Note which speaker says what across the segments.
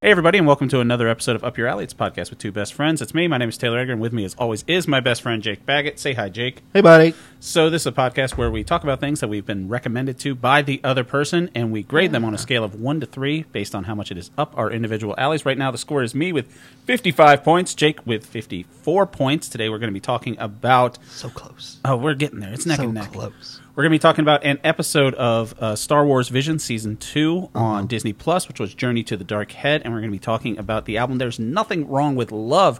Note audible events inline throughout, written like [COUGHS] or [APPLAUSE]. Speaker 1: Hey, everybody, and welcome to another episode of Up Your Alley. It's a podcast with two best friends. It's me. My name is Taylor Edgar, and with me, as always, is my best friend, Jake Baggett. Say hi, Jake.
Speaker 2: Hey, buddy.
Speaker 1: So, this is a podcast where we talk about things that we've been recommended to by the other person, and we grade them on a scale of one to three based on how much it is up our individual alleys. Right now, the score is me with 55 points, Jake with 54 points. Today, we're going to be talking about.
Speaker 2: So close.
Speaker 1: Oh, we're getting there. It's neck
Speaker 2: So
Speaker 1: and neck.
Speaker 2: close.
Speaker 1: We're going to be talking about an episode of uh, Star Wars Vision Season 2
Speaker 2: Uh-huh.
Speaker 1: on Disney Plus, which was Journey to the Dark Head. And we're going to be talking about the album There's Nothing Wrong with Love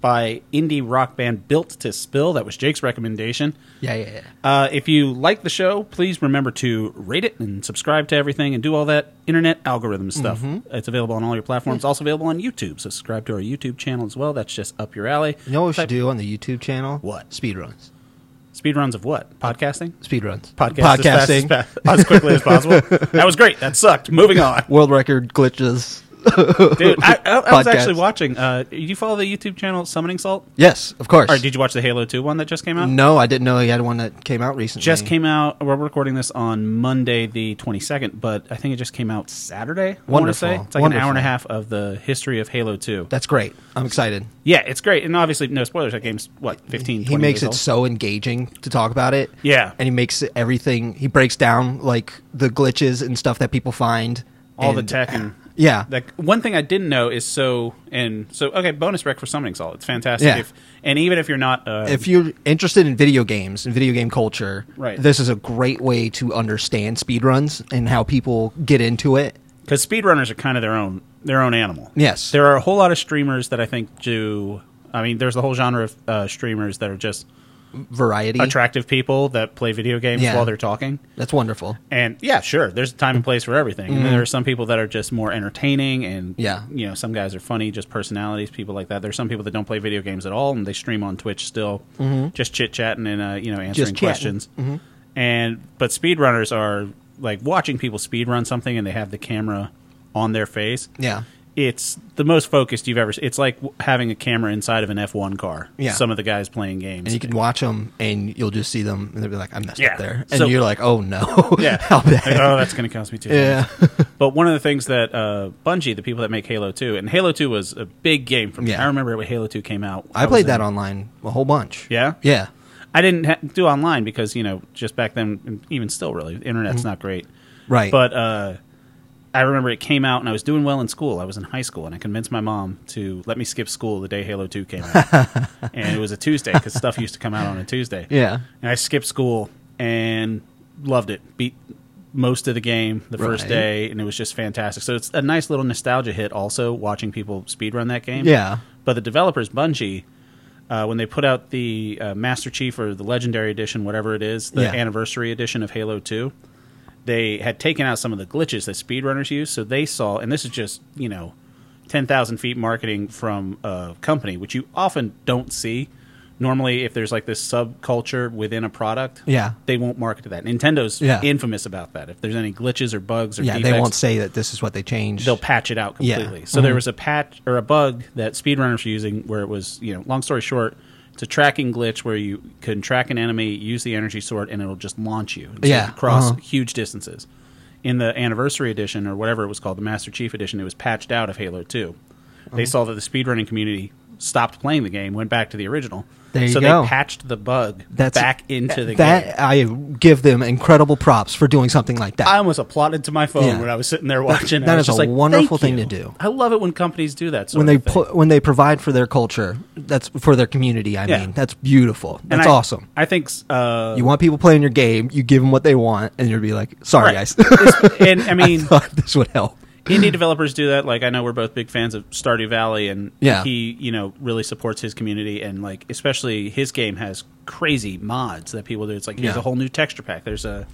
Speaker 1: by indie rock band Built to Spill. That was Jake's recommendation.
Speaker 2: Yeah, yeah, yeah.
Speaker 1: Uh, if you like the show, please remember to rate it and subscribe to everything and do all that internet algorithm stuff.
Speaker 2: Mm-hmm.
Speaker 1: It's available on all your platforms, also available on YouTube. So subscribe to our YouTube channel as well. That's just up your alley.
Speaker 2: You know what we should do on the YouTube channel?
Speaker 1: What?
Speaker 2: Speed runs.
Speaker 1: Speedruns of what? Podcasting?
Speaker 2: Speed runs.
Speaker 1: podcast Podcasting. As,
Speaker 2: Podcasting. [LAUGHS]
Speaker 1: fast as, pa- as quickly as possible. that was great. That sucked. Moving on,
Speaker 2: World record glitches.
Speaker 1: dude. I, I, I was
Speaker 2: Podcast.
Speaker 1: actually watching. Uh, you follow the YouTube channel Summoning Salt?
Speaker 2: Yes, of course.
Speaker 1: Or did you watch the Halo Two one that just came out?
Speaker 2: no, I didn't know he had one that came out recently.
Speaker 1: Just came out. We're recording this on Monday, the twenty second, but I think it just came out Saturday. I want to
Speaker 2: Wonderful.
Speaker 1: say it's like an hour and a
Speaker 2: Wonderful.
Speaker 1: half of the history of Halo Two.
Speaker 2: That's great. I'm excited.
Speaker 1: yeah, it's great, and obviously no spoilers. That game's what 15, 20
Speaker 2: He makes
Speaker 1: years
Speaker 2: it
Speaker 1: old.
Speaker 2: so engaging to talk about it.
Speaker 1: Yeah.
Speaker 2: And he makes it everything. He breaks down like the glitches and stuff that people find.
Speaker 1: all the
Speaker 2: and- uh,
Speaker 1: tech and
Speaker 2: Yeah.
Speaker 1: Like one thing I didn't know is so and so. Okay, bonus rec for summoning salt. It's fantastic.
Speaker 2: Yeah.
Speaker 1: If, and even if you're not, uh,
Speaker 2: if you're interested in video games and video game culture,
Speaker 1: Right.
Speaker 2: this is a great way to understand speedruns and how people get into it.
Speaker 1: because speedrunners are kind of their own their own animal.
Speaker 2: Yes.
Speaker 1: there are a whole lot of streamers that I think do. I mean, there's the whole genre of uh, streamers that are just
Speaker 2: Variety.
Speaker 1: attractive people that play video games
Speaker 2: Mm-hmm. Yeah.
Speaker 1: while they're talking.
Speaker 2: That's wonderful.
Speaker 1: And yeah, sure, there's a time and place for everything. And then there are some people that are just more entertaining, and
Speaker 2: Mm-hmm. Yeah.
Speaker 1: you know, some guys are funny, just personalities, people like that. There's some people that don't play video games at all, and they stream on Twitch still, just chit chatting and uh, you know answering
Speaker 2: Mm-hmm. chatting. Mm-hmm.
Speaker 1: questions. And but speedrunners are like watching people speedrun something, and they have the camera on their face.
Speaker 2: Yeah.
Speaker 1: It's the most focused you've ever. s- It's like w- having a camera inside of an F1 car.
Speaker 2: Yeah.
Speaker 1: Some of the guys playing games.
Speaker 2: And you can watch them and you'll just see them and they'll be like, I messed
Speaker 1: Yeah.
Speaker 2: up there. And
Speaker 1: So-
Speaker 2: you're like, oh no.
Speaker 1: [LAUGHS] Yeah.
Speaker 2: [LAUGHS] How bad.
Speaker 1: Like, oh, that's going to cost me too.
Speaker 2: Yeah. [LAUGHS]
Speaker 1: but one of the things that uh, Bungie, the people that make Halo 2, and Halo 2 was a big game for me.
Speaker 2: Yeah.
Speaker 1: I remember when Halo 2 came out.
Speaker 2: I played
Speaker 1: was
Speaker 2: that
Speaker 1: in-
Speaker 2: online a whole bunch.
Speaker 1: Yeah?
Speaker 2: Yeah.
Speaker 1: I didn't ha- do online because, you know, just back then, and even still really, the internet's not great.
Speaker 2: Mm-hmm. Right.
Speaker 1: But uh, I remember it came out and I was doing well in school. I was in high school and I convinced my mom to let me skip school the day Halo 2 came
Speaker 2: [LAUGHS]
Speaker 1: out. and it was a Tuesday because stuff used to come out on a Tuesday.
Speaker 2: Yeah.
Speaker 1: And I skipped school and loved it. Beat most of the game the first
Speaker 2: Right.
Speaker 1: day and it was just fantastic. So it's a nice little nostalgia hit also watching people speedrun that game.
Speaker 2: Yeah.
Speaker 1: But the developers, Bungie, uh, when they put out the uh, Master Chief or the Legendary Edition, whatever it is, the
Speaker 2: Yeah.
Speaker 1: anniversary edition of Halo 2, they had taken out some of the glitches that speedrunners use. So they saw, and this is just, you know, 10,000 feet marketing from a company, which you often don't see. Normally, if there's like this subculture within a product,
Speaker 2: Yeah.
Speaker 1: they won't market to that. Nintendo's
Speaker 2: Yeah.
Speaker 1: infamous about that. If there's any glitches or bugs or
Speaker 2: Yeah.
Speaker 1: defects,
Speaker 2: They won't say that this is what they changed.
Speaker 1: they'll patch it out
Speaker 2: Yeah. Mm-hmm.
Speaker 1: completely. So there was a patch or a bug that speedrunners were using where it was, you know, long story short, it's a tracking glitch where you can track an enemy, use the energy sword, and it'll just launch you. And so you
Speaker 2: Yeah.
Speaker 1: can Cross
Speaker 2: Uh-huh.
Speaker 1: huge distances. In the anniversary edition or whatever it was called, the Master Chief edition, it was patched out of Halo 2.
Speaker 2: Uh-huh.
Speaker 1: They saw that the speedrunning community stopped playing the game, went back to the original.
Speaker 2: There you
Speaker 1: so
Speaker 2: go.
Speaker 1: they patched the bug
Speaker 2: That's-
Speaker 1: back into the game.
Speaker 2: that I give them incredible props for doing something like that.
Speaker 1: I almost applauded to my phone
Speaker 2: Yeah.
Speaker 1: when I was sitting there watching.
Speaker 2: that
Speaker 1: I was
Speaker 2: is
Speaker 1: just
Speaker 2: a
Speaker 1: like,
Speaker 2: wonderful
Speaker 1: "Thank
Speaker 2: thing to
Speaker 1: you."
Speaker 2: do.
Speaker 1: I love it when companies do that. Sort
Speaker 2: when they
Speaker 1: of thing.
Speaker 2: pu- when they provide for their culture, that's for their community. I
Speaker 1: Yeah.
Speaker 2: mean, that's beautiful.
Speaker 1: And
Speaker 2: That's
Speaker 1: I-
Speaker 2: awesome.
Speaker 1: I think uh,
Speaker 2: You want people playing your game, you give them what they want, and you'll be like, "Sorry,
Speaker 1: right.
Speaker 2: guys, [LAUGHS]
Speaker 1: It's- and I
Speaker 2: I
Speaker 1: mean,
Speaker 2: thought this would help."
Speaker 1: indie developers do that. Like I know we're both big fans of Stardew Valley, and
Speaker 2: Yeah.
Speaker 1: he you know really supports his community, and like especially his game has crazy mods that people do. It's like here's
Speaker 2: Yeah. Mm-hmm.
Speaker 1: a whole new texture pack. There's a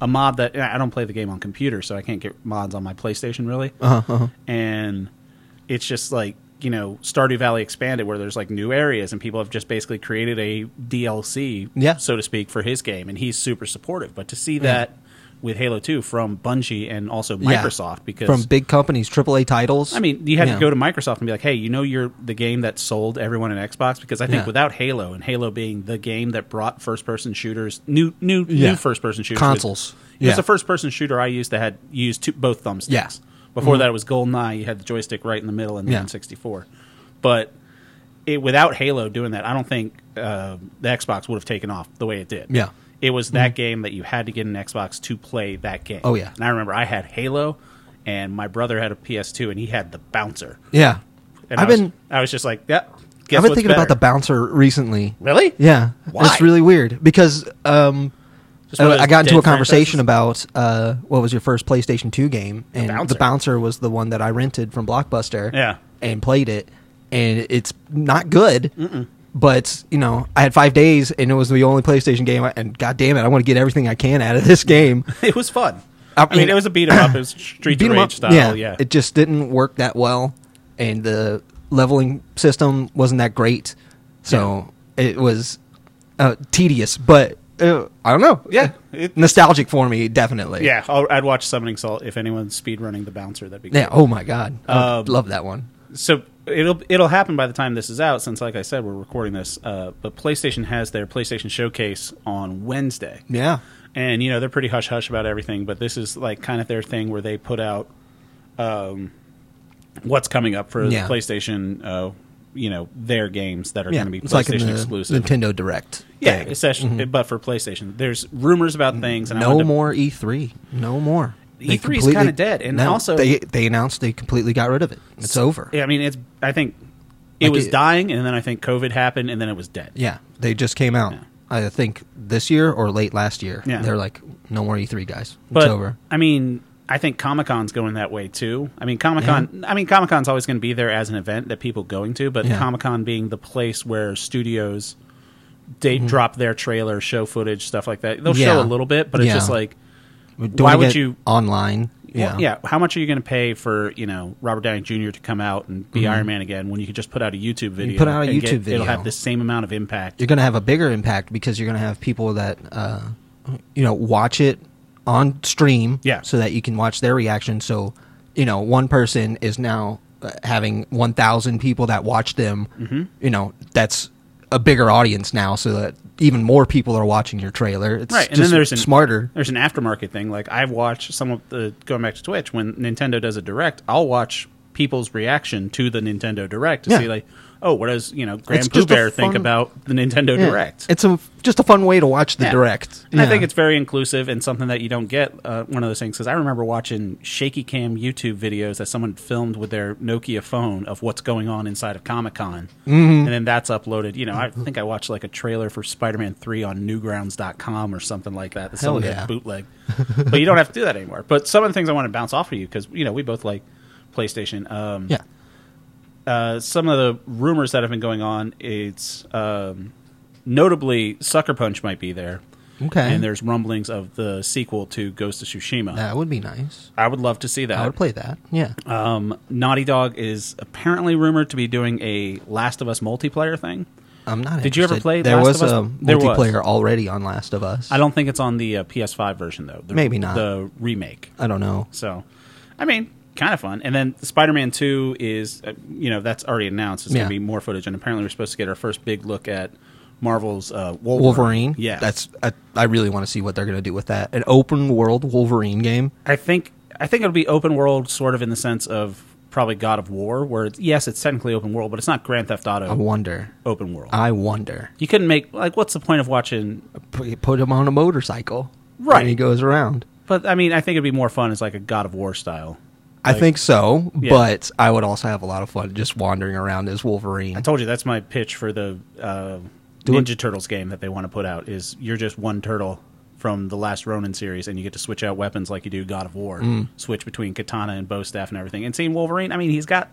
Speaker 1: a mod that and I don't play the game on computer, so I can't get mods on my PlayStation really. Uh-huh, And it's just like you know Stardew Valley expanded, where there's like new areas, and people have just basically created a DLC,
Speaker 2: Yeah.
Speaker 1: so to speak, for his game, and he's super supportive. But to see that. With Halo 2 from Bungie and also
Speaker 2: Yeah.
Speaker 1: Microsoft because
Speaker 2: from big companies, AAA titles.
Speaker 1: I mean, you had
Speaker 2: Yeah.
Speaker 1: to go to Microsoft and be like, "Hey, you know, you're the game that sold everyone an Xbox." Because I think
Speaker 2: Yeah.
Speaker 1: without Halo and Halo being the game that brought first-person shooters, new new
Speaker 2: Yeah.
Speaker 1: new first-person shooters,
Speaker 2: Consoles.
Speaker 1: It was
Speaker 2: Yeah.
Speaker 1: the first-person shooter I used that had used two, both thumbsticks.
Speaker 2: Yeah. Mm-hmm.
Speaker 1: Before that, it was GoldenEye. You had the joystick right in the middle, and
Speaker 2: Yeah.
Speaker 1: then 64. But it, without Halo doing that, I don't think uh, the Xbox would have taken off the way it did.
Speaker 2: Yeah.
Speaker 1: It was that game that you had to get an Xbox to play that game.
Speaker 2: Mm. Oh, yeah.
Speaker 1: And I remember I had Halo, and my brother had a PS2, and he had the Bouncer.
Speaker 2: Yeah.
Speaker 1: And
Speaker 2: I've
Speaker 1: I was,
Speaker 2: been
Speaker 1: I was just like, yep. Guess
Speaker 2: I've been
Speaker 1: what's
Speaker 2: thinking about the
Speaker 1: better?
Speaker 2: bouncer recently.
Speaker 1: Really?
Speaker 2: Yeah.
Speaker 1: Why?
Speaker 2: It's really weird because um,
Speaker 1: Just one of
Speaker 2: I,
Speaker 1: those
Speaker 2: I got into
Speaker 1: dead
Speaker 2: a conversation
Speaker 1: franchises?
Speaker 2: about uh, what was your first PlayStation 2 game, and the bouncer.
Speaker 1: Bouncer.
Speaker 2: was the one that I rented from Blockbuster.
Speaker 1: Yeah.
Speaker 2: and played it, and it's not good. But you know, I had five days, and it was the only PlayStation game. I, and God damn it, I want to get everything I can out of
Speaker 1: [LAUGHS]
Speaker 2: this game.
Speaker 1: It was fun.
Speaker 2: I
Speaker 1: I,
Speaker 2: mean-
Speaker 1: mean, it was a beat 'em up. It was Street
Speaker 2: Beat 'em
Speaker 1: Rage
Speaker 2: up,
Speaker 1: style. Yeah.
Speaker 2: it just didn't work that well, and the leveling system wasn't that great, so it was uh, tedious. But uh, I don't know. Yeah,
Speaker 1: It-
Speaker 2: nostalgic for me, definitely.
Speaker 1: yeah, I'll, I'd watch Summoning Salt if anyone's speedrunning the bouncer. That'd be
Speaker 2: yeah.
Speaker 1: cool.
Speaker 2: Oh my God, I
Speaker 1: Um,
Speaker 2: love that one.
Speaker 1: So it'll it'll happen by the time this is out, since like I said, we're recording this. Uh, but PlayStation has their PlayStation Showcase on Wednesday.
Speaker 2: Yeah,
Speaker 1: and you know they're pretty hush hush about everything but this is like kind of their thing where they put out um, what's coming up for
Speaker 2: Yeah.
Speaker 1: the playstation uh, you know their games that are
Speaker 2: yeah.
Speaker 1: going to be
Speaker 2: It's
Speaker 1: playstation
Speaker 2: like in the
Speaker 1: exclusive
Speaker 2: Nintendo Direct.
Speaker 1: yeah
Speaker 2: thing.
Speaker 1: essentially but for playstation there's rumors about things and I
Speaker 2: no
Speaker 1: wanted to-
Speaker 2: more E3. No more. They
Speaker 1: E3 E is
Speaker 2: completely-
Speaker 1: kinda dead, and also-
Speaker 2: they they announced they completely got rid of it. It's over.
Speaker 1: Yeah, i mean it's i think it
Speaker 2: Like
Speaker 1: was
Speaker 2: it-
Speaker 1: dying and then i think covid happened and then it was dead
Speaker 2: Yeah, they just came out. I think this year or late last year.
Speaker 1: Yeah.
Speaker 2: they're like, no more E3 guys.
Speaker 1: but
Speaker 2: it's over.
Speaker 1: i mean I think Comic Con's going that way too. I mean, Comic Con. I mean, Comic Con's always going to be there as an event that people going to, but
Speaker 2: Yeah.
Speaker 1: Comic Con being the place where studios they drop their trailer, show footage, stuff like that. They'll
Speaker 2: Mm-hmm. Yeah.
Speaker 1: show a little bit, but it's
Speaker 2: Yeah.
Speaker 1: just like,
Speaker 2: We're
Speaker 1: why
Speaker 2: doing
Speaker 1: would
Speaker 2: it
Speaker 1: you-
Speaker 2: online?
Speaker 1: yeah,
Speaker 2: Yeah,
Speaker 1: yeah. How much are you going to pay for you know Robert Downey Jr. to come out and be Iron Man again when you could just put out a YouTube video?
Speaker 2: Mm-hmm. put out a
Speaker 1: and
Speaker 2: YouTube video.
Speaker 1: It'll have the same amount of impact.
Speaker 2: You're gonna have a bigger impact because you're gonna have people that uh, you know watch it on stream.
Speaker 1: Yeah.
Speaker 2: so that you can watch their reaction. So you know, one person is now uh, having 1,000 people that watch them.
Speaker 1: Mm-hmm.
Speaker 2: You know, that's a bigger audience now, so that even more people are watching your trailer. It's
Speaker 1: Right, and
Speaker 2: just
Speaker 1: then there's an-
Speaker 2: smarter.
Speaker 1: There's an aftermarket thing. Like I've watched some of the going back to Twitch when Nintendo does a direct, I'll watch people's reaction to the Nintendo Direct to
Speaker 2: Yeah.
Speaker 1: see like, oh, what does you know Grand
Speaker 2: It's
Speaker 1: Pooh
Speaker 2: just a
Speaker 1: Bear think
Speaker 2: fun-
Speaker 1: about the Nintendo
Speaker 2: Yeah.
Speaker 1: Direct?
Speaker 2: It's a just a fun way to watch the
Speaker 1: Yeah.
Speaker 2: direct.
Speaker 1: And I
Speaker 2: Yeah.
Speaker 1: think it's very inclusive and something that you don't get. Uh, one of those things because I remember watching shaky cam YouTube videos that someone filmed with their Nokia phone of what's going on inside of Comic Con,
Speaker 2: Mm-hmm.
Speaker 1: and then that's uploaded. You know, I think I watched like a trailer for Spider Man Three on Newgrounds.com or something like that. That someone did
Speaker 2: yeah.
Speaker 1: bootleg, but you don't have to do that anymore. But some of the things I want to bounce off of you because you know we both like PlayStation. Um,
Speaker 2: yeah.
Speaker 1: uh, some of the rumors that have been going on. It's um, notably Sucker Punch might be there.
Speaker 2: Okay.
Speaker 1: And there's rumblings of the sequel to Ghost of Tsushima.
Speaker 2: That would be nice.
Speaker 1: I would love to see
Speaker 2: I
Speaker 1: that.
Speaker 2: would play that. Yeah.
Speaker 1: Um, Naughty Dog is apparently rumored to be doing a Last of Us multiplayer thing.
Speaker 2: I'm not.
Speaker 1: Did you ever
Speaker 2: interested.
Speaker 1: play
Speaker 2: There
Speaker 1: Last
Speaker 2: was
Speaker 1: of Us?
Speaker 2: a
Speaker 1: There was.
Speaker 2: multiplayer already on Last of Us.
Speaker 1: I don't think it's on the uh, PS5 version though. The,
Speaker 2: Maybe not.
Speaker 1: the remake.
Speaker 2: I don't know.
Speaker 1: So, I mean, kind of fun. And then Spider-Man Two is, uh, you know, that's already announced. It's
Speaker 2: Yeah.
Speaker 1: going to be more footage, and apparently we're supposed to get our first big look at Marvel's uh, Wolverine.
Speaker 2: Wolverine.
Speaker 1: Yeah,
Speaker 2: That's. I, I really want to see what they're going to do with that. An open world Wolverine game.
Speaker 1: I think I think it'll be open world, sort of in the sense of probably God of War, where it's, yes, it's technically open world, but it's not Grand Theft Auto
Speaker 2: I wonder.
Speaker 1: open world.
Speaker 2: I wonder.
Speaker 1: you couldn't make like what's the point of watching?
Speaker 2: P- Put him on a motorcycle.
Speaker 1: Right.
Speaker 2: And he goes around.
Speaker 1: But I mean, I think it'd be more fun as like a God of War style.
Speaker 2: I
Speaker 1: Like-
Speaker 2: think so,
Speaker 1: Yeah.
Speaker 2: but I would also have a lot of fun just wandering around as Wolverine.
Speaker 1: I told you that's my pitch for the uh,
Speaker 2: Do it.
Speaker 1: Ninja Turtles game that they want to put out. Is you're just one turtle from the last Ronin series, and you get to switch out weapons like you do God of War,
Speaker 2: Mm.
Speaker 1: switch between katana and bow staff and everything. And seeing Wolverine, I mean, he's got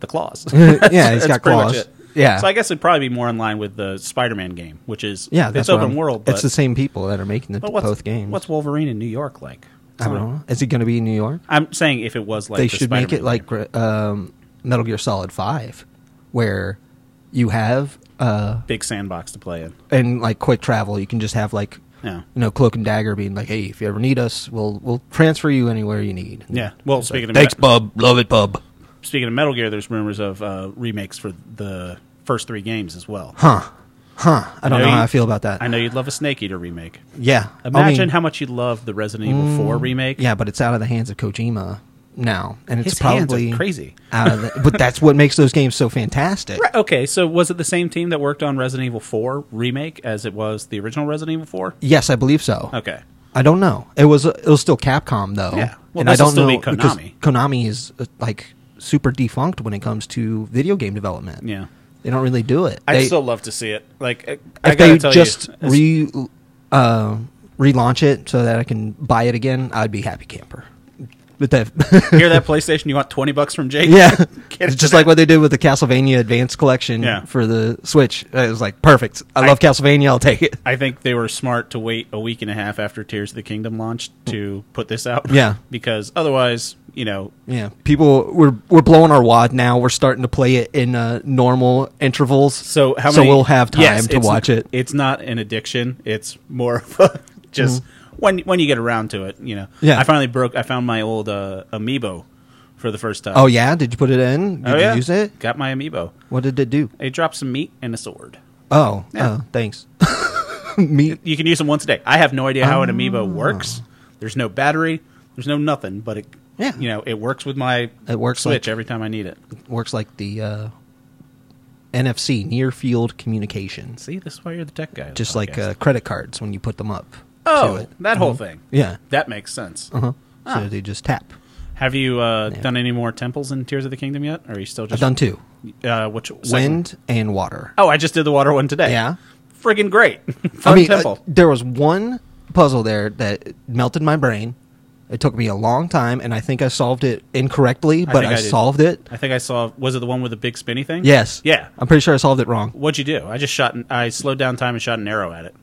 Speaker 1: the
Speaker 2: [LAUGHS]
Speaker 1: claws.
Speaker 2: yeah,
Speaker 1: [LAUGHS]
Speaker 2: he's
Speaker 1: That's
Speaker 2: got
Speaker 1: pretty much
Speaker 2: claws.
Speaker 1: it.
Speaker 2: Yeah.
Speaker 1: So I guess it'd probably be more in line with the Spider-Man game, which is
Speaker 2: Yeah,
Speaker 1: it's
Speaker 2: that's what
Speaker 1: open
Speaker 2: I'm-
Speaker 1: world. But,
Speaker 2: it's the same people that are making the
Speaker 1: but what's,
Speaker 2: both games.
Speaker 1: What's Wolverine in New York like?
Speaker 2: I don't know. Is it going to be in New York?
Speaker 1: I'm saying if it was like
Speaker 2: they
Speaker 1: the
Speaker 2: should make it
Speaker 1: Spider-Man
Speaker 2: like
Speaker 1: game.
Speaker 2: gr- um, Metal Gear Solid Five, where you have uh,
Speaker 1: big sandbox to play in.
Speaker 2: and like quick travel. You can just have like
Speaker 1: Yeah.
Speaker 2: you know Cloak and Dagger being like, hey, if you ever need us, we'll we'll transfer you anywhere you need.
Speaker 1: Yeah. Well, speaking of
Speaker 2: Thanks,
Speaker 1: Me-
Speaker 2: bub. Love it, bub.
Speaker 1: speaking of Metal Gear, there's rumors of uh, remakes for the first three games as well.
Speaker 2: Huh. Huh. I
Speaker 1: know
Speaker 2: don't know how
Speaker 1: you-
Speaker 2: I feel about that.
Speaker 1: I know you'd love a Snake Eater remake.
Speaker 2: Yeah. I mean, mm,
Speaker 1: Imagine how much you'd love the Resident Evil 4 remake.
Speaker 2: Yeah, but it's out of the hands of Kojima. now, and it's
Speaker 1: His hands are
Speaker 2: probably
Speaker 1: crazy.
Speaker 2: Out of the, but that's what makes those games so fantastic.
Speaker 1: Right, okay, so was it the same team that worked on Resident Evil 4 remake as it was the original Resident Evil 4?
Speaker 2: Yes, I believe so.
Speaker 1: Okay.
Speaker 2: I don't know. It was it was still Capcom though.
Speaker 1: Yeah. Well,
Speaker 2: and I
Speaker 1: this'll
Speaker 2: don't
Speaker 1: still
Speaker 2: know
Speaker 1: be
Speaker 2: because
Speaker 1: Konami.
Speaker 2: Konami is uh, like super defunct when it comes to video game development.
Speaker 1: Yeah.
Speaker 2: They don't really do it.
Speaker 1: I'd
Speaker 2: They-
Speaker 1: still love to see it. Like, I- I
Speaker 2: if
Speaker 1: gotta
Speaker 2: they
Speaker 1: tell
Speaker 2: just
Speaker 1: you, it's-
Speaker 2: re uh, relaunch it so that I can buy it again, I'd be happy camper. But that,
Speaker 1: [LAUGHS]
Speaker 2: [LAUGHS]
Speaker 1: hear that PlayStation, you want 20 bucks from Jake? [LAUGHS]
Speaker 2: yeah,
Speaker 1: Get
Speaker 2: it's
Speaker 1: it
Speaker 2: just
Speaker 1: to
Speaker 2: like what they did with the Castlevania Advance Collection
Speaker 1: Yeah.
Speaker 2: for the Switch. It was like perfect. I, love Castlevania. I'll take it.
Speaker 1: I think they were smart to wait a week and a half after Tears of the Kingdom launched to put this out.
Speaker 2: Yeah.
Speaker 1: [LAUGHS] because otherwise, you know,
Speaker 2: Yeah, people we're we're blowing our wad now. We're starting to play it in uh, normal intervals.
Speaker 1: so how
Speaker 2: so
Speaker 1: many-
Speaker 2: we'll have time
Speaker 1: Yes,
Speaker 2: to
Speaker 1: it's-
Speaker 2: watch it.
Speaker 1: It's not an addiction. It's more of a [LAUGHS] just when when you get around to it, you know.
Speaker 2: Mm-hmm. Yeah.
Speaker 1: I finally broke. I found my old uh, amiibo for the first time.
Speaker 2: Oh yeah, did you put it in? Did
Speaker 1: Oh,
Speaker 2: you
Speaker 1: yeah.
Speaker 2: use it?
Speaker 1: Got my amiibo.
Speaker 2: What did it do?
Speaker 1: It dropped some meat and a sword.
Speaker 2: Oh, oh thanks. [LAUGHS] Me.
Speaker 1: You can use them once a day. I have no idea how an
Speaker 2: Ah.
Speaker 1: amiibo works. There's no battery. There's no nothing, but it
Speaker 2: Yeah.
Speaker 1: you know it works with my
Speaker 2: It works
Speaker 1: switch
Speaker 2: like-
Speaker 1: every time I need it.
Speaker 2: works like the uh, NFC near field communications,
Speaker 1: See, this is why you're the tech guy. of the
Speaker 2: just like
Speaker 1: podcast.
Speaker 2: uh, credit cards when you put them up. to
Speaker 1: oh,
Speaker 2: it. Mm-hmm.
Speaker 1: that Ah. whole thing.
Speaker 2: yeah.
Speaker 1: That makes sense.
Speaker 2: Uh-huh. So they just tap.
Speaker 1: Have you uh,
Speaker 2: Yeah.
Speaker 1: done any more temples in Tears of the Kingdom yet? Or are you still
Speaker 2: I've
Speaker 1: just
Speaker 2: done two:
Speaker 1: Uh, which second one?
Speaker 2: wind and water.
Speaker 1: Oh, I just did the water one today.
Speaker 2: Yeah.
Speaker 1: friggin' great. [LAUGHS] Fun
Speaker 2: I mean, uh,
Speaker 1: temple.
Speaker 2: there was one puzzle there that melted my brain. It took me a long time, and I think I solved it incorrectly, but
Speaker 1: think
Speaker 2: I,
Speaker 1: I did.
Speaker 2: solved it.
Speaker 1: I think I saw. Was it the one with the big spinny thing?
Speaker 2: Yes.
Speaker 1: Yeah.
Speaker 2: I'm pretty sure I solved it wrong.
Speaker 1: What'd you do? I just shot. An, I slowed down time and shot an arrow at it.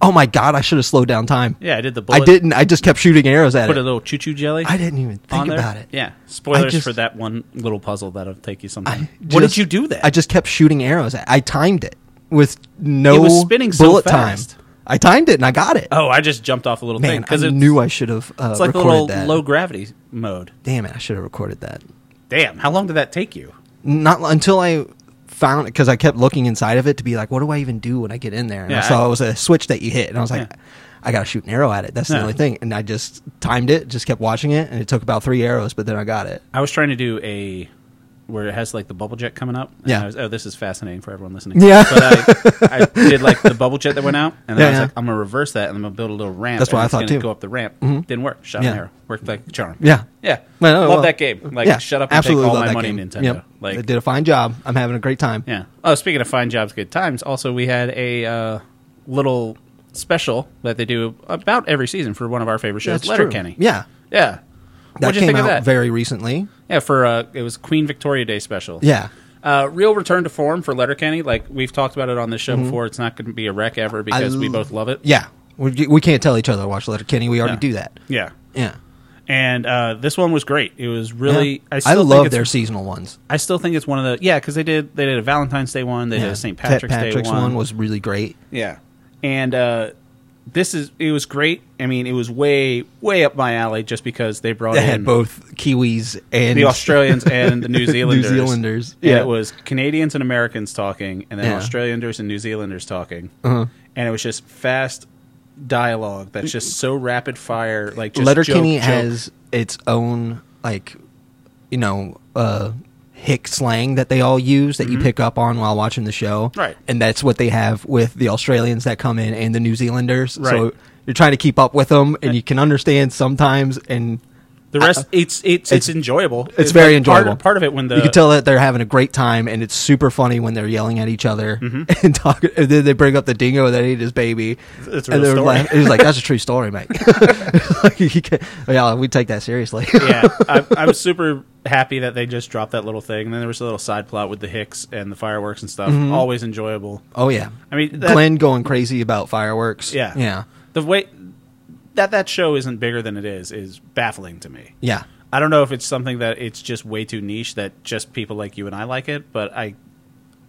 Speaker 2: Oh my god! I should have slowed down time.
Speaker 1: Yeah, I did the bullet.
Speaker 2: I didn't. I just kept shooting arrows at
Speaker 1: put a
Speaker 2: it.
Speaker 1: little choo choo jelly.
Speaker 2: I didn't even think
Speaker 1: on there.
Speaker 2: about it.
Speaker 1: Yeah, spoilers
Speaker 2: just-
Speaker 1: for that one little puzzle that'll take you sometime.
Speaker 2: I
Speaker 1: what did
Speaker 2: just-
Speaker 1: you do then?
Speaker 2: I just kept shooting arrows. at- I timed it with no
Speaker 1: It was spinning so
Speaker 2: bullet
Speaker 1: fast.
Speaker 2: time. I timed it and I got it.
Speaker 1: oh, I just jumped off a little thing
Speaker 2: Man, I
Speaker 1: it's,
Speaker 2: knew I should have uh,
Speaker 1: it's like a
Speaker 2: recorded
Speaker 1: little
Speaker 2: that.
Speaker 1: low gravity mode.
Speaker 2: Damn it! I should have recorded that.
Speaker 1: Damn, how long did that take you?
Speaker 2: Not l- until I found because I kept looking inside of it to be like, what do I even do when I get in there? And I
Speaker 1: Yeah,
Speaker 2: saw
Speaker 1: I-
Speaker 2: it was a switch that you hit, and I was like.
Speaker 1: Yeah.
Speaker 2: I gotta shoot an arrow at it. That's the
Speaker 1: Yeah.
Speaker 2: only thing. And I just timed it, just kept watching it, and it took about three arrows, but then I got it.
Speaker 1: I was trying to do a where it has like the bubble jet coming up. and
Speaker 2: Yeah.
Speaker 1: I was, oh, this is fascinating for everyone listening.
Speaker 2: Yeah.
Speaker 1: But I, I did like the bubble jet that went out, and then
Speaker 2: Yeah,
Speaker 1: I was
Speaker 2: yeah.
Speaker 1: like, I'm gonna reverse that, and I'm gonna build a little ramp.
Speaker 2: That's what
Speaker 1: and
Speaker 2: I
Speaker 1: it's
Speaker 2: thought,
Speaker 1: gonna
Speaker 2: too. Mm-hmm.
Speaker 1: Go up the ramp. Didn't work. Shot
Speaker 2: Yeah.
Speaker 1: an arrow. Worked like a charm.
Speaker 2: Yeah.
Speaker 1: Yeah.
Speaker 2: [LAUGHS] Man, I
Speaker 1: love
Speaker 2: well,
Speaker 1: that game. Like,
Speaker 2: yeah,
Speaker 1: shut up and take
Speaker 2: absolutely
Speaker 1: all
Speaker 2: love
Speaker 1: my
Speaker 2: that
Speaker 1: money,
Speaker 2: game.
Speaker 1: Nintendo.
Speaker 2: Yep.
Speaker 1: Like,
Speaker 2: they did a fine job. I'm having a great time.
Speaker 1: Yeah. Oh, speaking of fine jobs, good times. Also, we had a uh, little special that they do about every season for one of our favorite shows,
Speaker 2: That's true.
Speaker 1: Letterkenny.
Speaker 2: Yeah.
Speaker 1: Yeah.
Speaker 2: That
Speaker 1: What'd you
Speaker 2: came
Speaker 1: think
Speaker 2: out
Speaker 1: of that?
Speaker 2: very recently.
Speaker 1: yeah, for uh, it was Queen Victoria Day special.
Speaker 2: Yeah.
Speaker 1: Uh, real return to form for Letterkenny. Like we've talked about it on this show before. It's not going to be a wreck ever because we
Speaker 2: l-
Speaker 1: both love it.
Speaker 2: Mm-hmm. Yeah. We, we can't tell each other to watch Letterkenny. We already do that.
Speaker 1: Yeah.
Speaker 2: Yeah.
Speaker 1: And uh, this one was great. It was really.
Speaker 2: Yeah.
Speaker 1: I, still
Speaker 2: love
Speaker 1: think
Speaker 2: their
Speaker 1: it's,
Speaker 2: seasonal ones.
Speaker 1: I still think it's one of the yeah because they did they did a Valentine's Day one. They did
Speaker 2: Yeah.
Speaker 1: a St.
Speaker 2: Pat
Speaker 1: Patrick's,
Speaker 2: Patrick's
Speaker 1: Day one.
Speaker 2: was
Speaker 1: [LAUGHS]
Speaker 2: really great.
Speaker 1: Yeah. And uh, this is it was great. I mean, it was way way up my alley just because they brought
Speaker 2: They
Speaker 1: in
Speaker 2: had both Kiwis and
Speaker 1: the
Speaker 2: [LAUGHS]
Speaker 1: Australians and the New Zealanders.
Speaker 2: Zealanders,
Speaker 1: Yeah.
Speaker 2: yeah.
Speaker 1: it was Canadians and Americans talking, and then
Speaker 2: Yeah. Uh-huh.
Speaker 1: Australians and New Zealanders talking, and it was just fast dialogue that's just so rapid fire. Like just
Speaker 2: Letterkenny
Speaker 1: joke, joke.
Speaker 2: has its own like, you know, uh, hick slang that they all use that you pick up on while watching the show.
Speaker 1: Mm-hmm. Right.
Speaker 2: and that's what they have with the Australians that come in and the New Zealanders. So
Speaker 1: Right.
Speaker 2: you're trying to keep up with them, and you can understand sometimes, and
Speaker 1: the rest. it's, it's it's enjoyable.
Speaker 2: it's, very
Speaker 1: like part-
Speaker 2: enjoyable.
Speaker 1: Part, of it when the
Speaker 2: you can tell that they're having a great time, and it's super funny when they're yelling at each other
Speaker 1: Mm-hmm.
Speaker 2: and talk. And then they bring up the dingo that ate his baby.
Speaker 1: It's a real
Speaker 2: and they're
Speaker 1: story.
Speaker 2: Like, he's like, "That's a true story,
Speaker 1: [LAUGHS]
Speaker 2: mate." [LAUGHS] Like, you can't- yeah, we take that seriously.
Speaker 1: [LAUGHS]
Speaker 2: [LAUGHS]
Speaker 1: yeah, I, I was super happy that they just dropped that little thing. And then there was a little side plot with the Hicks and the fireworks and stuff.
Speaker 2: Mm-hmm.
Speaker 1: Always enjoyable.
Speaker 2: oh yeah,
Speaker 1: I mean, that-
Speaker 2: Glenn going crazy about fireworks.
Speaker 1: Yeah,
Speaker 2: yeah,
Speaker 1: The way that that show isn't bigger than it is is baffling to me.
Speaker 2: yeah.
Speaker 1: I don't know if it's something that it's just way too niche that just people like you and I like it, but I,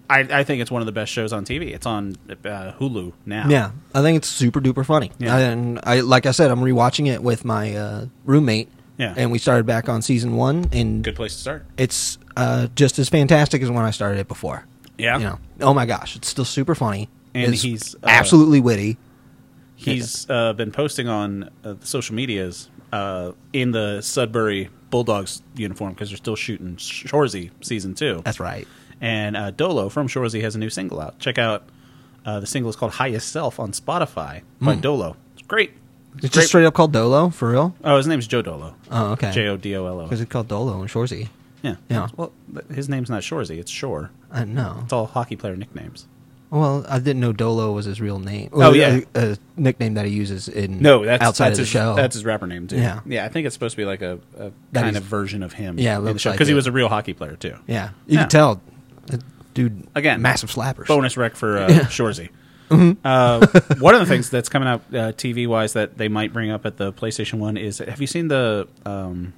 Speaker 1: I, I think it's one of the best shows on TV. It's on uh, Hulu now.
Speaker 2: Yeah, I think it's super duper funny.
Speaker 1: Yeah.
Speaker 2: And I, like I said, I'm rewatching it with my uh, roommate.
Speaker 1: Yeah.
Speaker 2: and we started back on season one, and
Speaker 1: good place to start.
Speaker 2: it's uh, just as fantastic as when I started it before.
Speaker 1: Yeah.
Speaker 2: You know, oh my gosh, it's still super funny.
Speaker 1: And
Speaker 2: It's
Speaker 1: he's, uh,
Speaker 2: absolutely witty.
Speaker 1: He's uh, been posting on uh, the social medias uh, in the Sudbury Bulldogs uniform because they're still shooting Shorzy season two.
Speaker 2: That's right.
Speaker 1: And uh, Dolo from Shorzy has a new single out. Check out uh, the single is called Highest Self on Spotify by Dolo. It's great.
Speaker 2: Mm. It's
Speaker 1: great.
Speaker 2: just straight up called Dolo for real.
Speaker 1: Oh, his name's Joe Dolo.
Speaker 2: Oh, okay.
Speaker 1: J O D O L
Speaker 2: Because
Speaker 1: O.
Speaker 2: it's called Dolo and Shorzy.
Speaker 1: Yeah.
Speaker 2: Yeah.
Speaker 1: Well, th- his name's not Shorzy. It's Shore.
Speaker 2: I know.
Speaker 1: It's all hockey player nicknames.
Speaker 2: Well, I didn't know Dolo was his real name.
Speaker 1: Oh, yeah.
Speaker 2: a, a nickname that he uses in
Speaker 1: No, that's
Speaker 2: outside
Speaker 1: that's
Speaker 2: of the
Speaker 1: his,
Speaker 2: show.
Speaker 1: That's his rapper name too.
Speaker 2: Yeah.
Speaker 1: yeah. I think it's supposed to be like a, a
Speaker 2: That
Speaker 1: kind
Speaker 2: is-
Speaker 1: of version of him.
Speaker 2: Yeah, it
Speaker 1: in the
Speaker 2: looks
Speaker 1: show
Speaker 2: like
Speaker 1: because he
Speaker 2: it.
Speaker 1: was a real hockey player too.
Speaker 2: yeah, you
Speaker 1: Yeah.
Speaker 2: can tell, that dude.
Speaker 1: Again,
Speaker 2: massive slappers.
Speaker 1: Bonus rec for uh,
Speaker 2: [LAUGHS]
Speaker 1: Shorzy.
Speaker 2: Mm-hmm.
Speaker 1: Uh, one of the things that's coming out uh, TV wise that they might bring up at the PlayStation One is have you seen the um,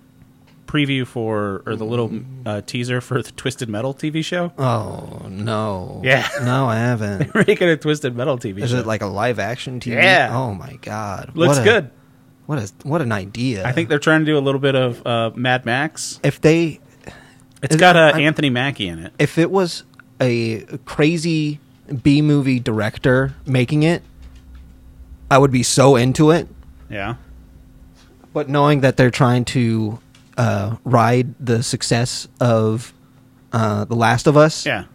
Speaker 1: preview for or the little uh, teaser for the Twisted Metal TV show? [LAUGHS]
Speaker 2: Oh no.
Speaker 1: Yeah.
Speaker 2: No, I
Speaker 1: [LAUGHS]
Speaker 2: haven't.
Speaker 1: Making a Twisted Metal TV
Speaker 2: Is
Speaker 1: show.
Speaker 2: it like a live action TV?
Speaker 1: Yeah.
Speaker 2: Oh my god.
Speaker 1: Looks
Speaker 2: What a-
Speaker 1: good.
Speaker 2: What a what an idea.
Speaker 1: I think they're trying to do a little bit of uh, Mad Max.
Speaker 2: if they
Speaker 1: It's
Speaker 2: Is-
Speaker 1: got uh,
Speaker 2: I'm-
Speaker 1: Anthony Mackie in it.
Speaker 2: if it was a crazy B movie director making it, I would be so into it.
Speaker 1: Yeah.
Speaker 2: But knowing that they're trying to uh, ride the success of uh, The Last of Us,
Speaker 1: Yeah.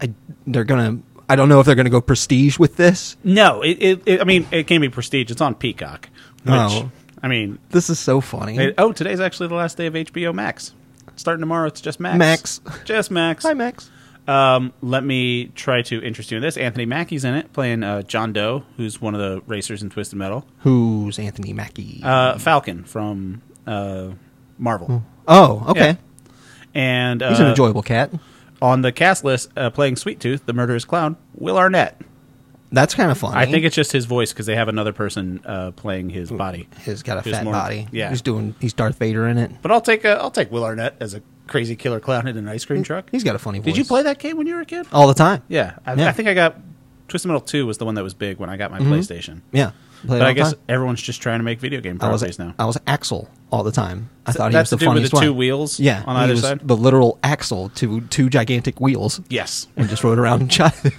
Speaker 2: I, they're gonna. I don't know if they're gonna go prestige with this.
Speaker 1: No, it, it, it. I mean, it can be prestige. It's on Peacock. Which,
Speaker 2: Oh.
Speaker 1: I mean,
Speaker 2: This is so funny.
Speaker 1: it- oh, today's actually the last day of HBO Max. Starting tomorrow, it's just Max.
Speaker 2: Max.
Speaker 1: Just Max.
Speaker 2: Hi, Max.
Speaker 1: Um, let me try to interest you in this. Anthony Mackie's in it, playing uh, John Doe, who's one of the racers in Twisted Metal.
Speaker 2: Who's Anthony Mackie?
Speaker 1: Uh, Falcon from uh, Marvel.
Speaker 2: oh, okay.
Speaker 1: And uh,
Speaker 2: He's an enjoyable cat.
Speaker 1: on the cast list, uh, playing Sweet Tooth, the murderous clown, Will Arnett.
Speaker 2: That's kind of funny.
Speaker 1: I think it's just his voice because they have another person uh, playing his body.
Speaker 2: he's got a
Speaker 1: Who's
Speaker 2: fat
Speaker 1: more-
Speaker 2: body.
Speaker 1: yeah.
Speaker 2: he's doing. He's Darth Vader in it.
Speaker 1: But I'll take uh, I'll take Will Arnett as a crazy killer clown in an ice cream truck.
Speaker 2: He's got a funny voice.
Speaker 1: Did you play that game when you were a kid?
Speaker 2: all the time?
Speaker 1: Yeah, I,
Speaker 2: Yeah.
Speaker 1: I think I got Twisted Metal Two was the one that was big when I got my PlayStation.
Speaker 2: yeah. Play
Speaker 1: But
Speaker 2: it all
Speaker 1: I
Speaker 2: the
Speaker 1: guess
Speaker 2: time.
Speaker 1: everyone's just trying to make video game
Speaker 2: I was
Speaker 1: properties now.
Speaker 2: I was Axel all the time. I thought he was
Speaker 1: That's
Speaker 2: the,
Speaker 1: the dude with
Speaker 2: funniest
Speaker 1: the two
Speaker 2: one.
Speaker 1: wheels
Speaker 2: Yeah,
Speaker 1: on
Speaker 2: he
Speaker 1: either
Speaker 2: was
Speaker 1: side?
Speaker 2: The literal axle to two gigantic wheels,
Speaker 1: yes,
Speaker 2: and just rode around. And
Speaker 1: [LAUGHS]
Speaker 2: shot.
Speaker 1: so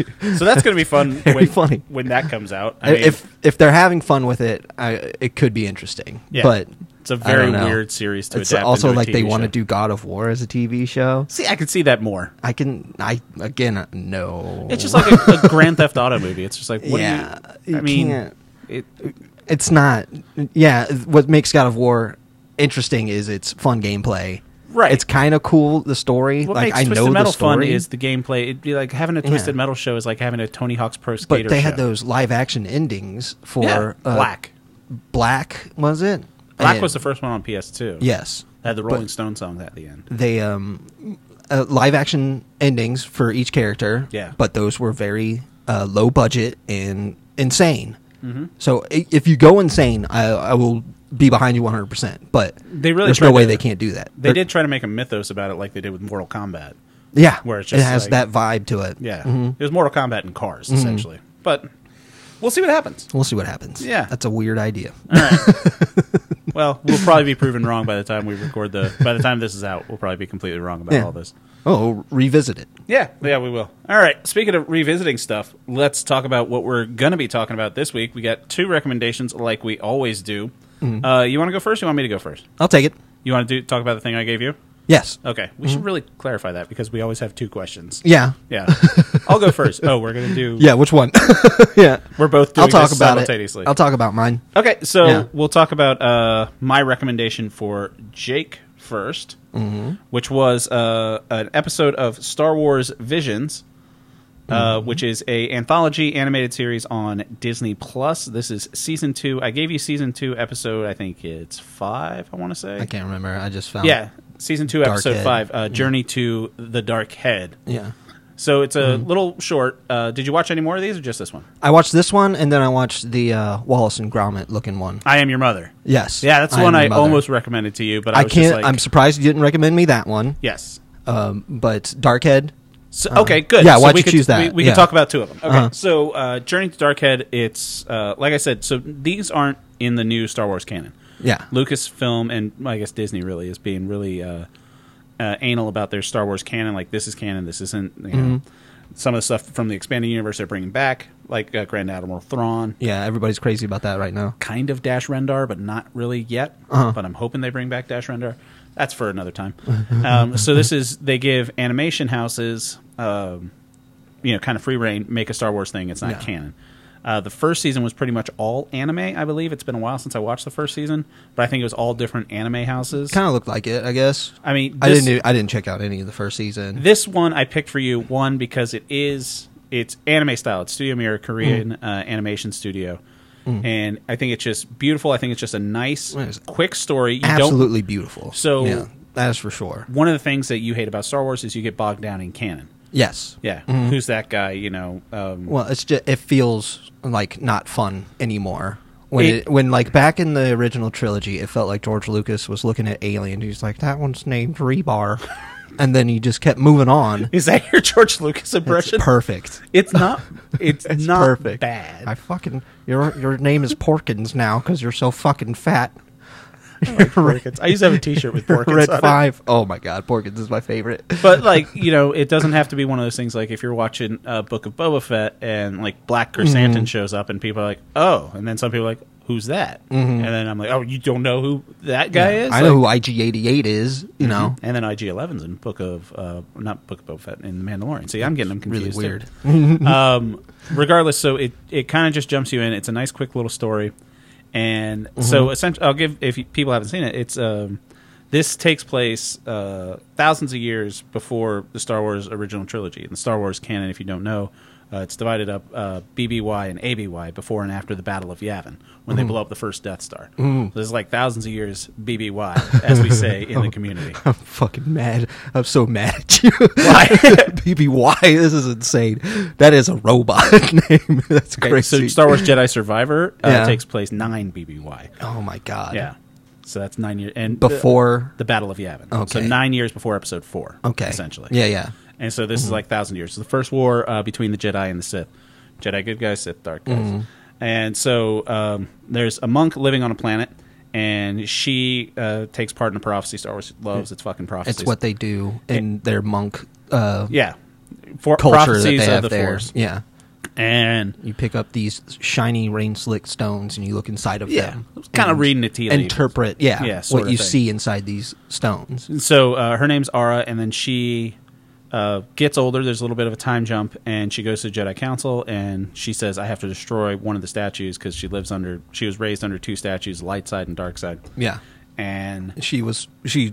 Speaker 1: that's going to be fun.
Speaker 2: [LAUGHS] Very
Speaker 1: when,
Speaker 2: funny.
Speaker 1: when that comes out. I mean,
Speaker 2: if if they're having fun with it, I, it could be interesting.
Speaker 1: Yeah.
Speaker 2: But
Speaker 1: It's a
Speaker 2: I
Speaker 1: very
Speaker 2: don't know.
Speaker 1: weird series to
Speaker 2: it's
Speaker 1: adapt
Speaker 2: also
Speaker 1: into a
Speaker 2: like they
Speaker 1: TV
Speaker 2: want to
Speaker 1: show.
Speaker 2: do God of War as a TV show.
Speaker 1: see, I could see that more.
Speaker 2: I can. I again. uh, No.
Speaker 1: It's just like a,
Speaker 2: [LAUGHS]
Speaker 1: a Grand Theft Auto movie. It's just like what
Speaker 2: Yeah,
Speaker 1: do you? I
Speaker 2: you
Speaker 1: mean,
Speaker 2: can't-
Speaker 1: it,
Speaker 2: it's not yeah what makes god of war interesting is its fun gameplay
Speaker 1: Right.
Speaker 2: it's kind of cool the story
Speaker 1: what
Speaker 2: like
Speaker 1: makes
Speaker 2: i
Speaker 1: Twisted
Speaker 2: know
Speaker 1: Metal
Speaker 2: the story
Speaker 1: fun is the gameplay. It'd be like having a Twisted Metal show is like having a Tony Hawk's Pro Skater.
Speaker 2: but they had
Speaker 1: show.
Speaker 2: those live action endings for
Speaker 1: Yeah,
Speaker 2: uh,
Speaker 1: Black.
Speaker 2: black was it
Speaker 1: Black
Speaker 2: And-
Speaker 1: was the first one on PS2.
Speaker 2: yes
Speaker 1: Had the
Speaker 2: But
Speaker 1: Rolling Stone song at the end.
Speaker 2: they um uh, live action endings for each character
Speaker 1: Yeah.
Speaker 2: but those were very uh, low budget and insane
Speaker 1: Mm-hmm.
Speaker 2: so i- if you go insane i, I will be behind you 100% but
Speaker 1: They really
Speaker 2: there's no
Speaker 1: tried
Speaker 2: way
Speaker 1: to-
Speaker 2: they can't do that
Speaker 1: They
Speaker 2: They're-
Speaker 1: did try to make a mythos about it like they did with Mortal Kombat.
Speaker 2: Yeah,
Speaker 1: Where it's just
Speaker 2: it has
Speaker 1: like-
Speaker 2: that vibe to it. Mm-hmm.
Speaker 1: Yeah. It was Mortal Kombat in cars, essentially. But we'll see what happens.
Speaker 2: we'll see what happens.
Speaker 1: Yeah.
Speaker 2: that's a weird idea. [LAUGHS]
Speaker 1: Well, we'll probably be proven wrong by the time we record the by the time this is out, we'll probably be completely wrong about
Speaker 2: Yeah.
Speaker 1: all this.
Speaker 2: Oh, revisit it.
Speaker 1: Yeah, yeah, we will. All right. Speaking of revisiting stuff, let's talk about what we're going to be talking about this week. We got two recommendations, like we always do.
Speaker 2: Mm-hmm.
Speaker 1: Uh, you want to go first? Or you want me to go first?
Speaker 2: I'll take it.
Speaker 1: You want to do talk about the thing I gave you?
Speaker 2: Yes.
Speaker 1: Okay, we should really clarify that because we always have two questions.
Speaker 2: Mm-hmm. Yeah.
Speaker 1: Yeah, I'll go
Speaker 2: [LAUGHS]
Speaker 1: first. Oh, we're gonna do.
Speaker 2: Yeah. Which one? [LAUGHS] yeah.
Speaker 1: we're both doing
Speaker 2: I'll talk
Speaker 1: this
Speaker 2: about
Speaker 1: simultaneously.
Speaker 2: it. I'll talk about mine.
Speaker 1: okay, so
Speaker 2: Yeah.
Speaker 1: we'll talk about uh, my recommendation for Jake 1st
Speaker 2: Mm-hmm.
Speaker 1: which was uh, an episode of Star Wars Visions, uh,
Speaker 2: Mm-hmm.
Speaker 1: which is a anthology animated series on Disney Plus. This is season two. I gave you season two episode. I think it's five. I want to say.
Speaker 2: I can't remember. I just found.
Speaker 1: Yeah, season two,
Speaker 2: Dark
Speaker 1: episode
Speaker 2: Head. Mm-hmm.
Speaker 1: five, uh, Journey to the Dark Head.
Speaker 2: Yeah.
Speaker 1: So it's a
Speaker 2: Mm-hmm.
Speaker 1: little short. Uh, did you watch any more of these, or just this one?
Speaker 2: I watched this one, and then I watched the uh, Wallace and Gromit looking one.
Speaker 1: I am your mother.
Speaker 2: Yes.
Speaker 1: Yeah, that's the
Speaker 2: Am
Speaker 1: one
Speaker 2: Your
Speaker 1: I
Speaker 2: Mother.
Speaker 1: almost recommended to you, but I,
Speaker 2: I
Speaker 1: was
Speaker 2: can't.
Speaker 1: Just like,
Speaker 2: I'm surprised you didn't recommend me that one.
Speaker 1: yes.
Speaker 2: Um, but Darkhead.
Speaker 1: So, okay, good.
Speaker 2: Uh-huh. yeah,
Speaker 1: So
Speaker 2: why'd
Speaker 1: we
Speaker 2: you
Speaker 1: could,
Speaker 2: choose
Speaker 1: We,
Speaker 2: that?
Speaker 1: we
Speaker 2: Yeah.
Speaker 1: can talk about two of them. Okay,
Speaker 2: Uh-huh.
Speaker 1: so uh, Journey to Darkhead. It's uh, like I said. So these aren't in the new Star Wars canon.
Speaker 2: Yeah.
Speaker 1: Lucasfilm and well, I guess Disney really is being really uh, uh, anal about their Star Wars canon. Like this is canon, this isn't. You
Speaker 2: Mm-hmm.
Speaker 1: know, some of the stuff from the expanded universe they're bringing back, like uh, Grand Admiral Thrawn,
Speaker 2: Yeah. Everybody's crazy about that right now. Uh-huh.
Speaker 1: kind of Dash Rendar, but not really yet. But I'm hoping they bring back Dash Rendar. that's for another time. Um, so this is they give animation houses, um, you know, kind of free reign, make a Star Wars thing. It's not
Speaker 2: Yeah.
Speaker 1: canon. Uh, the first season was pretty much all anime, I believe. It's been a while since I watched the first season, but I think it was all different anime houses.
Speaker 2: Kind of looked like it, I guess.
Speaker 1: I mean,
Speaker 2: I
Speaker 1: this-
Speaker 2: didn't. e, I didn't check out any of the first season.
Speaker 1: this one I picked for you one because it is it's anime style. It's Studio Mirror, Korean
Speaker 2: Mm.
Speaker 1: uh, animation studio, and I think it's just beautiful. I think it's just a nice,
Speaker 2: It Mm. is
Speaker 1: quick story. You don't.
Speaker 2: Absolutely beautiful.
Speaker 1: So-
Speaker 2: yeah, that's for sure.
Speaker 1: One of the things that you hate about Star Wars is you get bogged down in canon.
Speaker 2: Yes.
Speaker 1: Yeah, who's that guy? You know, um,
Speaker 2: Well, it's just it feels like not fun anymore. When
Speaker 1: It-
Speaker 2: it, when like back in the original trilogy, it felt like George Lucas was looking at Alien. He's like, that one's
Speaker 1: [LAUGHS]
Speaker 2: named Rebar, and then he just kept moving on.
Speaker 1: is that your [LAUGHS] George Lucas
Speaker 2: It's
Speaker 1: impression?
Speaker 2: perfect.
Speaker 1: It's not.
Speaker 2: [LAUGHS]
Speaker 1: It's, not
Speaker 2: perfect.
Speaker 1: bad.
Speaker 2: I fucking your your name is Porkins now because you're so
Speaker 1: [LAUGHS]
Speaker 2: fucking fat.
Speaker 1: Porkins. I used to have a T-shirt with Porkins
Speaker 2: [LAUGHS] Red
Speaker 1: on it.
Speaker 2: five. Oh my god, Porkins is my favorite.
Speaker 1: but like you know, it doesn't have to be one of those things. Like if you're watching uh, Book of Boba Fett and like Black Chrysanthemum
Speaker 2: Mm-hmm.
Speaker 1: shows up, and people are like, "Oh," and then some people are like, "Who's that?" And then I'm like, "Oh, you don't know who that guy is?"
Speaker 2: Mm-hmm. I know who IG88 is. You know,
Speaker 1: Mm-hmm. And then IG 11's in Book of uh, not Book of Boba Fett in The Mandalorian. See, I'm getting them
Speaker 2: really
Speaker 1: confused. too.
Speaker 2: weird.
Speaker 1: [LAUGHS] um, regardless, so it, it kind of just jumps you in. It's a nice, quick little story, and
Speaker 2: Mm-hmm.
Speaker 1: so essentially, I'll give if you- people haven't seen it, it's um, this takes place uh, thousands of years before the Star Wars original trilogy. And the Star Wars canon, if you don't know, uh, it's divided up uh, BBY and ABY before and after the Battle of Yavin when they
Speaker 2: Mm-hmm.
Speaker 1: blow up the first Death Star. So there's like thousands of years BBY, as we say in
Speaker 2: [LAUGHS]
Speaker 1: the community.
Speaker 2: I'm fucking mad. I'm so mad at you. [LAUGHS]
Speaker 1: Why?
Speaker 2: BBY, this is insane. That is a robot [LAUGHS] name. That's
Speaker 1: Okay,
Speaker 2: crazy.
Speaker 1: so Star Wars Jedi Survivor uh,
Speaker 2: Yeah.
Speaker 1: takes place nine BBY.
Speaker 2: oh my god.
Speaker 1: Yeah. So that's nine years and
Speaker 2: Before-
Speaker 1: the, the Battle of Yavin. So
Speaker 2: Okay.
Speaker 1: nine years before Episode Four.
Speaker 2: Okay.
Speaker 1: Essentially.
Speaker 2: Yeah, Mm-hmm. yeah.
Speaker 1: And so this is like thousand years. So the first war uh, between the Jedi and the Sith. Jedi good guys, Sith dark guys.
Speaker 2: Mm-hmm.
Speaker 1: And so um, there's a monk living on a planet, and she uh, takes part in a prophecy. Star Wars loves its fucking prophecies.
Speaker 2: It's what they do in their monk uh,
Speaker 1: yeah. For,
Speaker 2: culture that they
Speaker 1: prophecies
Speaker 2: have
Speaker 1: of the
Speaker 2: there.
Speaker 1: Force.
Speaker 2: Yeah.
Speaker 1: And
Speaker 2: You pick up these shiny rain slick stones and you look inside of
Speaker 1: Yeah.
Speaker 2: them.
Speaker 1: I was kinda
Speaker 2: and
Speaker 1: reading the tea leaves.
Speaker 2: Interpret, yeah,
Speaker 1: Yeah, sort
Speaker 2: what
Speaker 1: of
Speaker 2: you
Speaker 1: thing.
Speaker 2: see inside these stones.
Speaker 1: so uh, her name's Ara, and then she uh, gets older. There's a little bit of a time jump, and she goes to the Jedi Council, and she says, "I have to destroy one of the statues because she lives under. She was raised under two statues, light side and dark side.
Speaker 2: Yeah.
Speaker 1: And
Speaker 2: She was she
Speaker 1: she's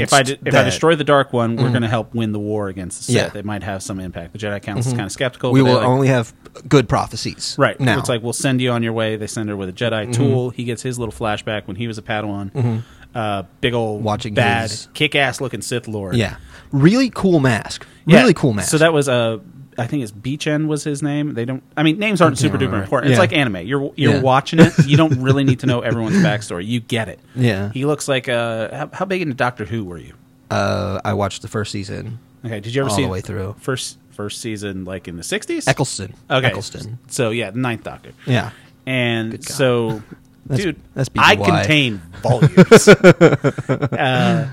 Speaker 1: like, if I de- if I
Speaker 2: that Mm-hmm.
Speaker 1: destroy the dark one, we're going to help win the war against the Sith.
Speaker 2: Yeah. Mm-hmm.
Speaker 1: It might have some impact. The Jedi Council's kind of skeptical.
Speaker 2: we
Speaker 1: but
Speaker 2: will
Speaker 1: they're like-
Speaker 2: only have good prophecies.
Speaker 1: Right.
Speaker 2: Now Mm-hmm.
Speaker 1: It's like we'll send you on your way. They send her with a Jedi tool. He gets his little flashback when he was a Padawan. Uh, big old
Speaker 2: Watching
Speaker 1: bad
Speaker 2: his-
Speaker 1: kick ass looking Sith Lord.
Speaker 2: Yeah. Really cool mask.
Speaker 1: Yeah.
Speaker 2: Really cool mask.
Speaker 1: So that was uh, I think it's Beach End was his name. They don't. I mean, names aren't super duper
Speaker 2: remember.
Speaker 1: important. It's
Speaker 2: Yeah.
Speaker 1: like anime. You're you're
Speaker 2: Yeah.
Speaker 1: watching it. You don't really need to
Speaker 2: [LAUGHS]
Speaker 1: know everyone's backstory. You get it.
Speaker 2: Yeah.
Speaker 1: He looks like uh, how, how big into Doctor Who were you?
Speaker 2: uh, I watched the first season.
Speaker 1: Okay. Did you ever
Speaker 2: All
Speaker 1: see
Speaker 2: the way through.
Speaker 1: first first season like in the sixties?
Speaker 2: Eccleston.
Speaker 1: Okay.
Speaker 2: Eccleston.
Speaker 1: So yeah, the Ninth Doctor.
Speaker 2: Yeah.
Speaker 1: And
Speaker 2: God.
Speaker 1: so,
Speaker 2: [LAUGHS] That's-
Speaker 1: dude,
Speaker 2: that's
Speaker 1: I
Speaker 2: BBY. [LAUGHS]
Speaker 1: contain volumes. uh,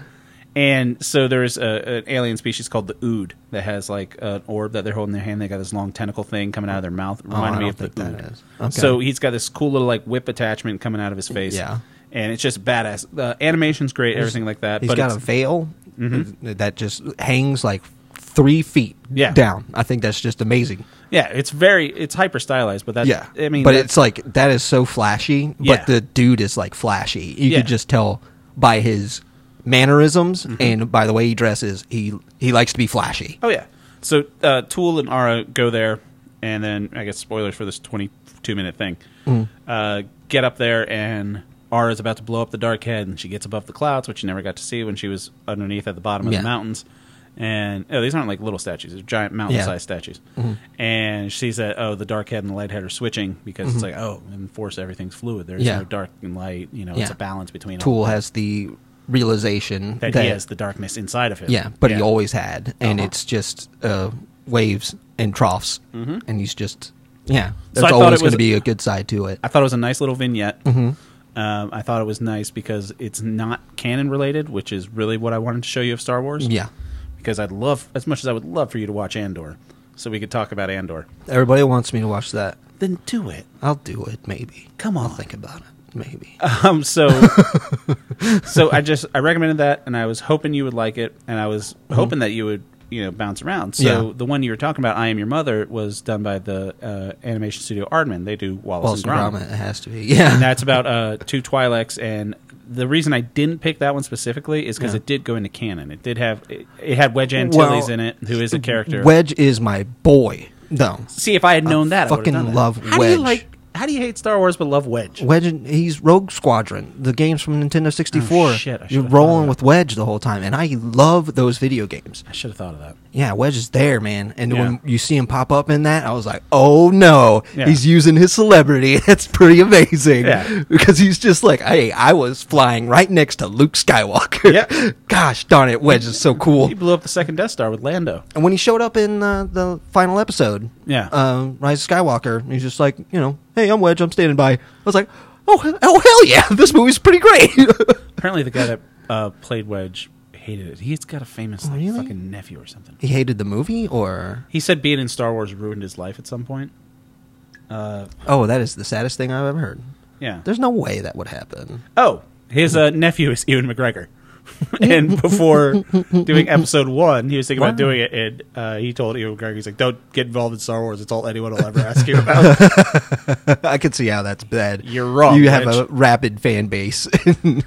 Speaker 1: and so there's a, an alien species called the Ood that has like an orb that they're holding in their hand. They got this long tentacle thing coming out of their mouth. It Reminded
Speaker 2: Oh,
Speaker 1: me
Speaker 2: I don't
Speaker 1: of the
Speaker 2: think that
Speaker 1: Ood.
Speaker 2: is. Okay.
Speaker 1: So he's got this cool little like whip attachment coming out of his face.
Speaker 2: Yeah.
Speaker 1: And it's just badass. The animation's great, everything like that.
Speaker 2: He's
Speaker 1: but
Speaker 2: got a
Speaker 1: it's- Mm-hmm.
Speaker 2: veil that just hangs like three feet
Speaker 1: Yeah.
Speaker 2: down. I think that's just amazing.
Speaker 1: yeah, it's very it's hyper stylized, but that's
Speaker 2: Yeah.
Speaker 1: I mean,
Speaker 2: but
Speaker 1: that's-
Speaker 2: it's like that is so flashy, but
Speaker 1: Yeah.
Speaker 2: the dude is like flashy. You
Speaker 1: Yeah. Mm-hmm.
Speaker 2: could just tell by his mannerisms and by the way he dresses, he he likes to be flashy.
Speaker 1: Oh yeah. So uh, Tool and Ara go there, and then I guess spoilers for this twenty-two minute thing.
Speaker 2: Mm.
Speaker 1: Uh, get up there, and Ara's about to blow up the dark head, and she gets above the clouds, which you never got to see when she was underneath at the bottom of
Speaker 2: Yeah.
Speaker 1: the mountains. And oh, these aren't like little statues; they're giant mountain-sized statues.
Speaker 2: Mm-hmm.
Speaker 1: And she said, "Oh, the dark head and the light head are switching because it's like oh, in force everything's fluid. There's
Speaker 2: Mm-hmm. Yeah.
Speaker 1: no dark and light. You know, it's
Speaker 2: Yeah.
Speaker 1: a balance between all
Speaker 2: Tool has the realization
Speaker 1: that, he has the darkness inside of him.
Speaker 2: Yeah, but he always had, and
Speaker 1: Uh-huh.
Speaker 2: it's just uh, waves and troughs, and he's just yeah.
Speaker 1: Mm-hmm. So
Speaker 2: There's
Speaker 1: I thought
Speaker 2: always
Speaker 1: it was-
Speaker 2: going to be a good side to it.
Speaker 1: I thought it was a nice little vignette.
Speaker 2: Mm-hmm.
Speaker 1: Um, I thought it was nice because it's not canon related, which is really what I wanted to show you of Star Wars.
Speaker 2: Yeah,
Speaker 1: Because I'd love, as much as I would love for you to watch Andor, so we could talk about Andor.
Speaker 2: everybody wants me to watch that.
Speaker 1: Then do it.
Speaker 2: I'll do it. Maybe
Speaker 1: Come
Speaker 2: I'll
Speaker 1: on.
Speaker 2: think about it. maybe.
Speaker 1: Um,
Speaker 2: [LAUGHS]
Speaker 1: so, so I just I recommended that, and I was hoping you would like it, and I was hoping that you would you know bounce around. So
Speaker 2: Mm-hmm. Yeah.
Speaker 1: the one you were talking about, I Am Your Mother, was done by the uh, animation studio Aardman. They do Wallace,
Speaker 2: Wallace
Speaker 1: and Gromit.
Speaker 2: Gromit, it has to be. [LAUGHS] Yeah.
Speaker 1: And that's about uh, two Twi'leks, and the reason I didn't pick that one specifically is because
Speaker 2: Yeah.
Speaker 1: it did go into canon. It did have it, it had Wedge Antilles
Speaker 2: Well,
Speaker 1: in it, who is a character.
Speaker 2: Wedge is my boy, though.
Speaker 1: See, if I had known that, I would've
Speaker 2: fucking
Speaker 1: done that.
Speaker 2: love
Speaker 1: how Do
Speaker 2: Wedge.
Speaker 1: you like, how do you hate Star Wars but love Wedge?
Speaker 2: Wedge, he's Rogue Squadron, the games from Nintendo 64.
Speaker 1: Oh, shit, I
Speaker 2: You're
Speaker 1: should've thought of
Speaker 2: rolling
Speaker 1: that.
Speaker 2: with Wedge the whole time, and I love those video games.
Speaker 1: I should have thought of that.
Speaker 2: Yeah, Wedge is there, man. And when
Speaker 1: Yeah.
Speaker 2: you see him pop up in that, I was like, oh no,
Speaker 1: Yeah.
Speaker 2: he's using his celebrity. [LAUGHS] It's pretty amazing.
Speaker 1: Yeah.
Speaker 2: Because he's just like, hey, I was flying right next to Luke Skywalker.
Speaker 1: Yeah.
Speaker 2: [LAUGHS] Gosh darn it, Wedge is so cool.
Speaker 1: He blew up the second Death Star with Lando.
Speaker 2: And when he showed up in uh, the final episode,
Speaker 1: Yeah.
Speaker 2: um, Rise of Skywalker, he's just like, you know, hey, I'm Wedge, I'm standing by. I was like, oh, oh hell yeah, [LAUGHS] this movie's pretty great. [LAUGHS]
Speaker 1: Apparently, the guy that uh, played Wedge hated it. He's got a famous like,
Speaker 2: Oh, Really?
Speaker 1: fucking nephew or something.
Speaker 2: he hated the movie, or
Speaker 1: He said being in Star Wars ruined his life at some point. Uh,
Speaker 2: oh, that is the saddest thing I've ever heard.
Speaker 1: yeah.
Speaker 2: There's no way that would happen.
Speaker 1: Oh, his uh, nephew is Ewan McGregor. [LAUGHS] and before doing episode one, he was thinking
Speaker 2: Wow.
Speaker 1: about doing it, and uh, he told Ewan McGregor, "He's like, don't get involved in Star Wars. It's all anyone will ever ask you
Speaker 2: [LAUGHS]
Speaker 1: about."
Speaker 2: I could see how that's bad.
Speaker 1: You're wrong,
Speaker 2: You have
Speaker 1: Wedge.
Speaker 2: a rabid fan base. [LAUGHS]
Speaker 1: I mean,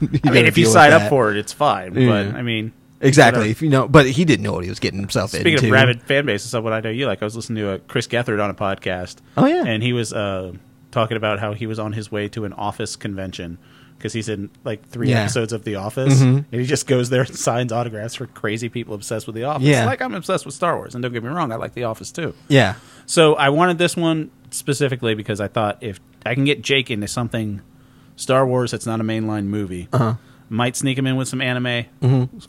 Speaker 1: if you sign up for it, it's fine. But
Speaker 2: Yeah.
Speaker 1: I mean,
Speaker 2: exactly,
Speaker 1: whatever.
Speaker 2: if you know, but he didn't know what he was getting himself
Speaker 1: Speaking
Speaker 2: into.
Speaker 1: of rabid fan bases, someone I know you like, I was listening to uh, Chris Gethard on a podcast.
Speaker 2: Oh, yeah.
Speaker 1: and he was uh, talking about how he was on his way to an Office convention because he's in like three
Speaker 2: Yeah. Mm-hmm.
Speaker 1: episodes of The Office, and he just goes there and [LAUGHS] signs autographs for crazy people obsessed with The Office.
Speaker 2: Yeah.
Speaker 1: like I'm obsessed with Star Wars, and don't get me wrong, I like The Office too.
Speaker 2: yeah,
Speaker 1: So I wanted this one specifically because I thought if I can get Jake into something Star Wars that's not a mainline movie,
Speaker 2: Uh-huh.
Speaker 1: might sneak him in with some anime,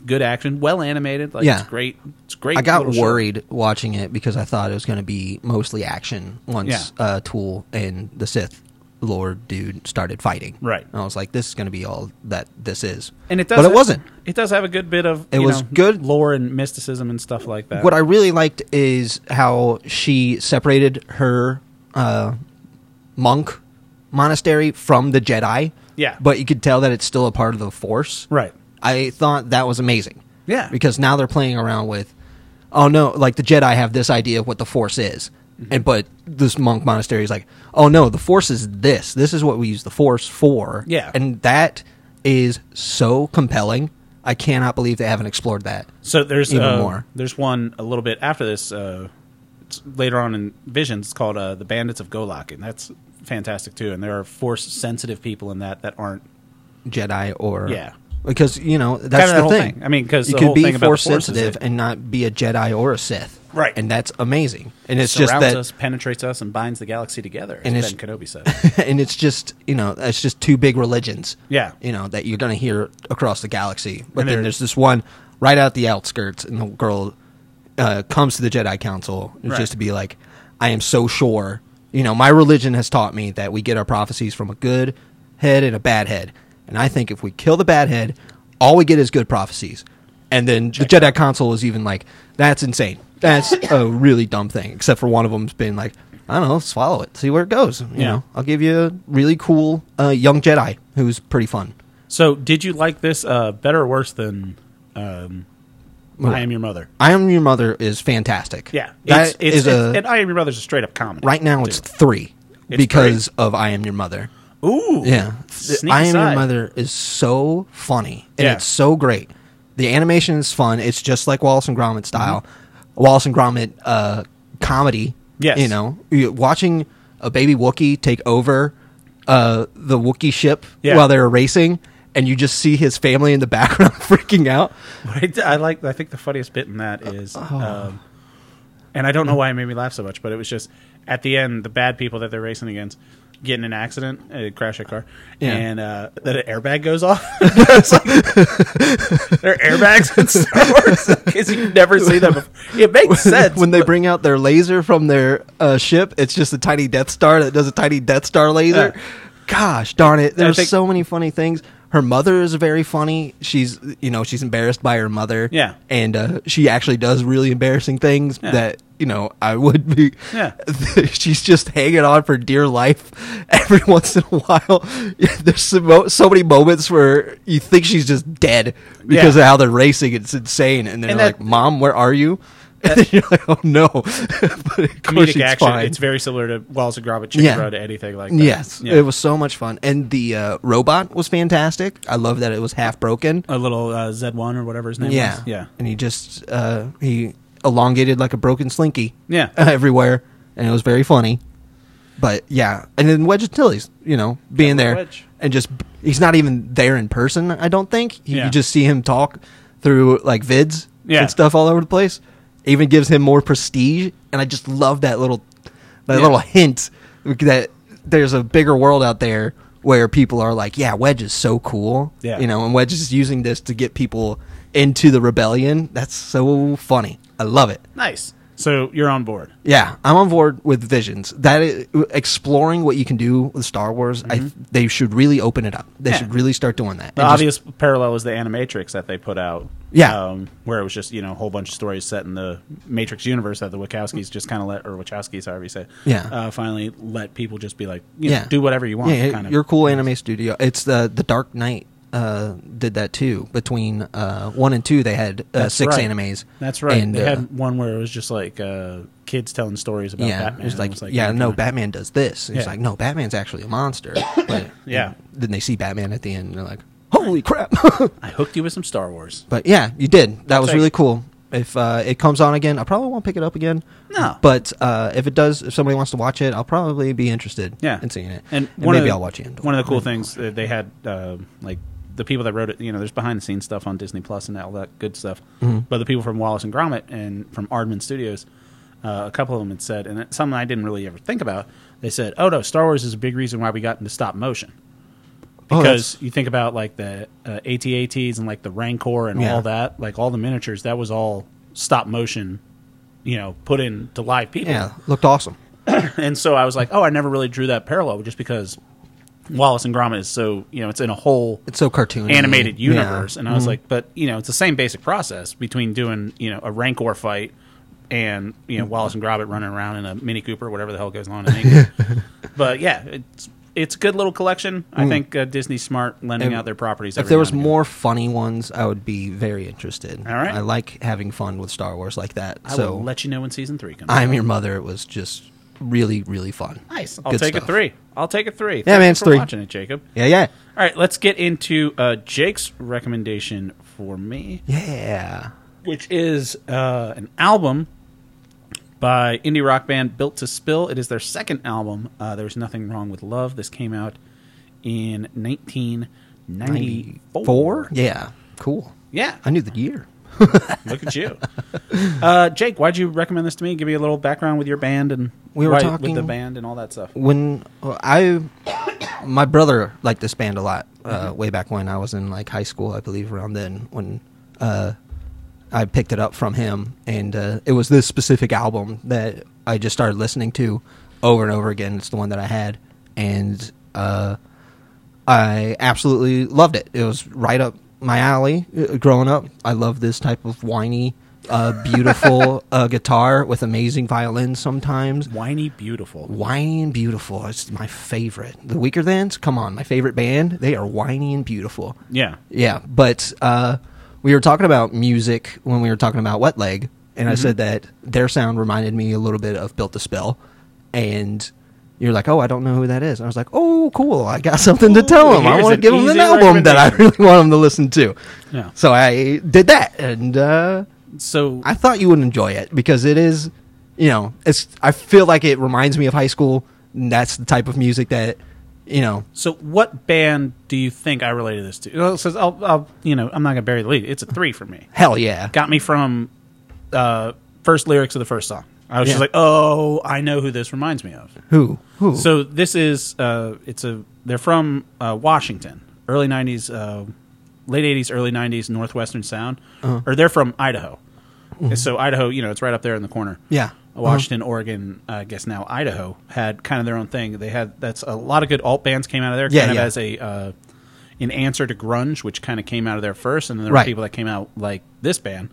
Speaker 1: good action, well animated, like
Speaker 2: Mm-hmm. Yeah.
Speaker 1: it's great. It's great.
Speaker 2: I got
Speaker 1: little show.
Speaker 2: worried watching it because I thought it was going to be mostly action once
Speaker 1: Yeah.
Speaker 2: uh, Tool and the Sith Lord dude started fighting.
Speaker 1: Right.
Speaker 2: And I was like, this is going to be all that this is.
Speaker 1: and it does,
Speaker 2: But it
Speaker 1: have-
Speaker 2: wasn't.
Speaker 1: It does have a good bit of
Speaker 2: It
Speaker 1: you
Speaker 2: was
Speaker 1: know,
Speaker 2: good.
Speaker 1: lore and mysticism and stuff like that.
Speaker 2: What I really liked is how she separated her uh, monk monastery from the Jedi.
Speaker 1: Yeah.
Speaker 2: But you could tell that it's still a part of the Force.
Speaker 1: right?
Speaker 2: I thought that was amazing.
Speaker 1: Yeah.
Speaker 2: Because now they're playing around with, oh no, like the Jedi have this idea of what the Force is,
Speaker 1: Mm-hmm.
Speaker 2: and but this monk monastery is like, oh no, the Force is this. This is what we use the Force for.
Speaker 1: Yeah.
Speaker 2: And that is so compelling. I cannot believe they haven't explored that.
Speaker 1: So there's
Speaker 2: Even
Speaker 1: uh,
Speaker 2: more.
Speaker 1: There's one a little bit after this, uh, it's later on in Visions, it's called uh, "The Bandits of Golak," and that's fantastic too. And there are force sensitive people in that that aren't
Speaker 2: Jedi or
Speaker 1: Yeah.
Speaker 2: because you know that's
Speaker 1: Kinda
Speaker 2: the
Speaker 1: that whole
Speaker 2: thing.
Speaker 1: thing. I mean, 'cause
Speaker 2: you
Speaker 1: the
Speaker 2: could
Speaker 1: whole
Speaker 2: be
Speaker 1: thing about the
Speaker 2: force
Speaker 1: Force is
Speaker 2: sensitive
Speaker 1: it-
Speaker 2: and not be a Jedi or a Sith,
Speaker 1: Right.
Speaker 2: And that's amazing. And it's just
Speaker 1: surrounds
Speaker 2: that
Speaker 1: us, penetrates us, and binds the galaxy together.
Speaker 2: And
Speaker 1: And
Speaker 2: it's-
Speaker 1: Ben Kenobi said, [LAUGHS]
Speaker 2: [LAUGHS] and it's just you know it's just two big religions
Speaker 1: Yeah.
Speaker 2: you know that you're gonna hear across the galaxy but
Speaker 1: And
Speaker 2: then
Speaker 1: they're-
Speaker 2: there's this one right out the outskirts and the girl uh, comes to the jedi council
Speaker 1: Right.
Speaker 2: just to be like i am so sure you know my religion has taught me that we get our prophecies from a good head and a bad head and i think if we kill the bad head all we get is good prophecies and then the jedi council is even like that's insane that's a really dumb thing except for one of them's been like i don't know swallow it see where it goes you
Speaker 1: Yeah.
Speaker 2: know I'll give you a really cool uh, young Jedi who's pretty fun.
Speaker 1: "So, did you like this uh, better or worse than um, I Am Your Mother?"
Speaker 2: I Am Your Mother is fantastic.
Speaker 1: Yeah,
Speaker 2: that
Speaker 1: it's, it's,
Speaker 2: is
Speaker 1: it's-
Speaker 2: a
Speaker 1: and I Am Your Mother's a straight up comedy.
Speaker 2: right now. It's three
Speaker 1: It's
Speaker 2: because of I Am Your Mother.
Speaker 1: ooh,
Speaker 2: Yeah,
Speaker 1: sneaky
Speaker 2: I Am Your
Speaker 1: side.
Speaker 2: Mother is so funny and
Speaker 1: Yeah.
Speaker 2: it's so great. The animation is fun. It's just like Wallace and Gromit style, Wallace and Gromit uh, comedy.
Speaker 1: Mm-hmm. Yes.
Speaker 2: you know, you- watching a baby Wookiee take over uh, the Wookiee ship
Speaker 1: Yeah.
Speaker 2: while they're racing. And you just see his family in the [LAUGHS] background freaking out.
Speaker 1: I, d- I like. I think the funniest bit in
Speaker 2: Uh,
Speaker 1: that
Speaker 2: oh.
Speaker 1: is, um, and I don't know why it made me laugh so much, but it was just at the end the bad people that they're racing against get in an accident, uh, crash a car,
Speaker 2: Yeah.
Speaker 1: and uh, then an airbag goes
Speaker 2: [LAUGHS]
Speaker 1: off. [LAUGHS] It's like- there are airbags in
Speaker 2: [LAUGHS]
Speaker 1: Star Wars because you've never seen them. Before. It makes sense
Speaker 2: when they bring out their laser from their uh, ship, it's just a tiny Death Star that does a tiny Death Star laser.
Speaker 1: Yeah.
Speaker 2: Gosh darn it! There's
Speaker 1: think-
Speaker 2: so many funny things. her mother is very funny. She's you know she's embarrassed by her mother.
Speaker 1: Yeah.
Speaker 2: and uh, she actually does really embarrassing things
Speaker 1: Yeah.
Speaker 2: that you know I would be.
Speaker 1: Yeah.
Speaker 2: [LAUGHS] she's just hanging on for dear life. Every [LAUGHS] once in a while, [LAUGHS] there's so, mo- so many moments where you think she's just dead because
Speaker 1: Yeah.
Speaker 2: of how they're racing. It's insane, and then
Speaker 1: And
Speaker 2: you're
Speaker 1: that-
Speaker 2: like, "Mom, where are you?" [LAUGHS] And then you're like, "Oh no!" [LAUGHS] but of course,
Speaker 1: comedic
Speaker 2: she's
Speaker 1: action.
Speaker 2: fine.
Speaker 1: It's very similar to Wallace and Gromit, Chicken
Speaker 2: Yeah.
Speaker 1: Run, anything like that.
Speaker 2: Yes,
Speaker 1: Yeah.
Speaker 2: it was so much fun, and the uh, robot was fantastic. I love that it was half broken.
Speaker 1: a little uh, Z1 or whatever his name
Speaker 2: yeah,
Speaker 1: was. Yeah.
Speaker 2: and he just uh, he elongated like a broken slinky.
Speaker 1: Yeah.
Speaker 2: [LAUGHS] everywhere, and it was very funny. But yeah, and then Wedge Antilles, you know, being
Speaker 1: Yeah,
Speaker 2: there
Speaker 1: Wedge.
Speaker 2: and just he's not even there in person. I don't think you,
Speaker 1: Yeah.
Speaker 2: you just see him talk through like vids
Speaker 1: Yeah.
Speaker 2: and stuff all over the place. Even gives him more prestige, and I just love that little that
Speaker 1: Yeah.
Speaker 2: little hint that there's a bigger world out there where people are like, yeah, Wedge is so cool,
Speaker 1: Yeah.
Speaker 2: you know, and Wedge is using this to get people into the rebellion. That's so funny. I love it.
Speaker 1: Nice. So you're on board.
Speaker 2: Yeah, I'm on board with Visions. That is, exploring what you can do with Star Wars, I, they should really open it up. They
Speaker 1: Mm-hmm. Yeah.
Speaker 2: should really start doing that.
Speaker 1: The
Speaker 2: And just-
Speaker 1: obvious parallel is the Animatrix that they put out.
Speaker 2: Yeah.
Speaker 1: Um, where it was just, you know, a whole bunch of stories set in the Matrix universe that the Wachowskis just kind of let, or Wachowskis, however you say, it,
Speaker 2: Yeah.
Speaker 1: uh, finally let people just be like, you know, do whatever you want.
Speaker 2: Yeah,
Speaker 1: kind of.
Speaker 2: your cool anime studio. It's the the Dark Knight uh, did that too. Between uh, one and two, they had uh,
Speaker 1: That's
Speaker 2: six
Speaker 1: right.
Speaker 2: animes.
Speaker 1: That's right.
Speaker 2: And,
Speaker 1: they
Speaker 2: uh,
Speaker 1: had one where it was just like uh, kids telling stories about
Speaker 2: yeah,
Speaker 1: Batman.
Speaker 2: it was
Speaker 1: and
Speaker 2: like, yeah,
Speaker 1: you're
Speaker 2: no,
Speaker 1: kinda-
Speaker 2: Batman does this. It's
Speaker 1: Yeah.
Speaker 2: like no, Batman's actually a monster.
Speaker 1: [COUGHS]
Speaker 2: But
Speaker 1: Yeah.
Speaker 2: then they see Batman at the end, and they're like, holy crap. [LAUGHS]
Speaker 1: I hooked you with some Star Wars.
Speaker 2: But yeah, you did. That was
Speaker 1: take
Speaker 2: really
Speaker 1: it.
Speaker 2: cool. If uh, it comes on again, I probably won't pick it up again.
Speaker 1: No.
Speaker 2: But uh, if it does, if somebody wants to watch it, I'll probably be interested
Speaker 1: Yeah,
Speaker 2: in seeing it.
Speaker 1: And,
Speaker 2: And
Speaker 1: one of
Speaker 2: maybe
Speaker 1: the-
Speaker 2: I'll watch it.
Speaker 1: One of the cool things that they had, uh, like the people that wrote it, you know, there's behind the scenes stuff on Disney Plus and all that good stuff.
Speaker 2: Mm-hmm.
Speaker 1: But the people from Wallace and Gromit and from Aardman Studios, uh, a couple of them had said, and it's something I didn't really ever think about. They said, "Oh no, Star Wars is a big reason why we got into stop motion."
Speaker 2: Oh, that's-
Speaker 1: Because you think about like the uh, ATATs and like the Rancor and
Speaker 2: Yeah.
Speaker 1: all that, like all the miniatures, that was all stop motion, you know, put into live people
Speaker 2: Yeah, looked awesome.
Speaker 1: and so I was like, oh, I never really drew that parallel just because Wallace and Gromit is so you know it's in a whole
Speaker 2: It's so cartoony.
Speaker 1: animated
Speaker 2: Yeah. Mm-hmm.
Speaker 1: universe, and I was like, but you know it's the same basic process between doing you know a Rancor fight and you know Wallace and Gromit running around in a Mini Cooper, whatever the hell goes on. In England.
Speaker 2: [LAUGHS]
Speaker 1: but yeah, it's it's a good little collection. I think uh, Disney's smart lending
Speaker 2: Mm. And
Speaker 1: out their properties.
Speaker 2: If
Speaker 1: every
Speaker 2: there
Speaker 1: now
Speaker 2: was
Speaker 1: and again.
Speaker 2: more funny ones, I would be very interested.
Speaker 1: All right.
Speaker 2: I like having fun with Star Wars like that.
Speaker 1: I
Speaker 2: so
Speaker 1: will let you know when season three comes.
Speaker 2: I'm your mother. It was just really, really fun.
Speaker 1: nice. I'll
Speaker 2: Good
Speaker 1: take a
Speaker 2: stuff.
Speaker 1: three. I'll take a three.
Speaker 2: Yeah,
Speaker 1: Thank
Speaker 2: man,
Speaker 1: you
Speaker 2: it's
Speaker 1: for
Speaker 2: three.
Speaker 1: Watching it, Jacob.
Speaker 2: Yeah, yeah,
Speaker 1: All right, let's get into uh, Jake's recommendation for me.
Speaker 2: yeah.
Speaker 1: which is uh, an album by indie rock band Built to Spill. It is their second album. Uh, There's nothing wrong with love. This came out in 1994.
Speaker 2: Four. Yeah. Cool.
Speaker 1: Yeah,
Speaker 2: I knew the year.
Speaker 1: look at you, [LAUGHS] uh, Jake. Why'd you recommend this to me? Give me a little background with your band and
Speaker 2: We were
Speaker 1: why-
Speaker 2: talking-
Speaker 1: with the band and all that stuff.
Speaker 2: when well, I my brother liked this band a lot uh, way back when I was in like high school, I believe around then when uh, I picked it up from him, and uh, it was this specific album that I just started listening to over and over again. It's the one that I had, and uh, I absolutely loved it. It was right up my alley. uh, Growing up, I loved this type of whiny, uh, beautiful [LAUGHS] uh, guitar with amazing violins sometimes.
Speaker 1: Whiny, beautiful.
Speaker 2: Whiny and Beautiful. It's my favorite. The Weaker Thans, come on, my favorite band. They are whiny and beautiful.
Speaker 1: Yeah,
Speaker 2: Yeah, but uh, we were talking about music when we were talking about Wet Leg, and I
Speaker 1: Mm-hmm.
Speaker 2: said that their sound reminded me a little bit of Built to Spell, and you're like, "Oh, I don't know who that is." I was like, "Oh, cool! I got something to tell
Speaker 1: Ooh,
Speaker 2: them. I
Speaker 1: here's
Speaker 2: want to
Speaker 1: an
Speaker 2: give them an
Speaker 1: easy
Speaker 2: album that I really
Speaker 1: recommendation."
Speaker 2: want them to listen to."
Speaker 1: Yeah.
Speaker 2: So I did that, and uh,
Speaker 1: so
Speaker 2: I thought you would enjoy it because it is, you know, it's. I feel like it reminds me of high school. And that's the type of music that, you know,
Speaker 1: So, what band do you think I related this to? Well, it says I'll, I'll, you know, I'm not gonna bury the lead. It's a three for me.
Speaker 2: hell yeah,
Speaker 1: got me from uh, first lyrics of the first song. I was
Speaker 2: Yeah.
Speaker 1: just like, oh, I know who this reminds me of.
Speaker 2: who, who,
Speaker 1: So this is uh, it's a they're from uh, Washington, early '90s, uh, late '80s, early '90s, northwestern sound,
Speaker 2: Uh-huh.
Speaker 1: or they're from Idaho. And So Idaho, you know, it's right up there in the corner.
Speaker 2: Mm-hmm.
Speaker 1: Uh-huh.
Speaker 2: Yeah.
Speaker 1: Washington, Oregon, I guess now Idaho had kind of their own thing. They had that's a lot of good alt bands came out of there,
Speaker 2: Yeah,
Speaker 1: kind
Speaker 2: yeah.
Speaker 1: of as a uh, in answer to grunge, which kind of came out of there first, and then there were
Speaker 2: Right.
Speaker 1: people that came out like this band,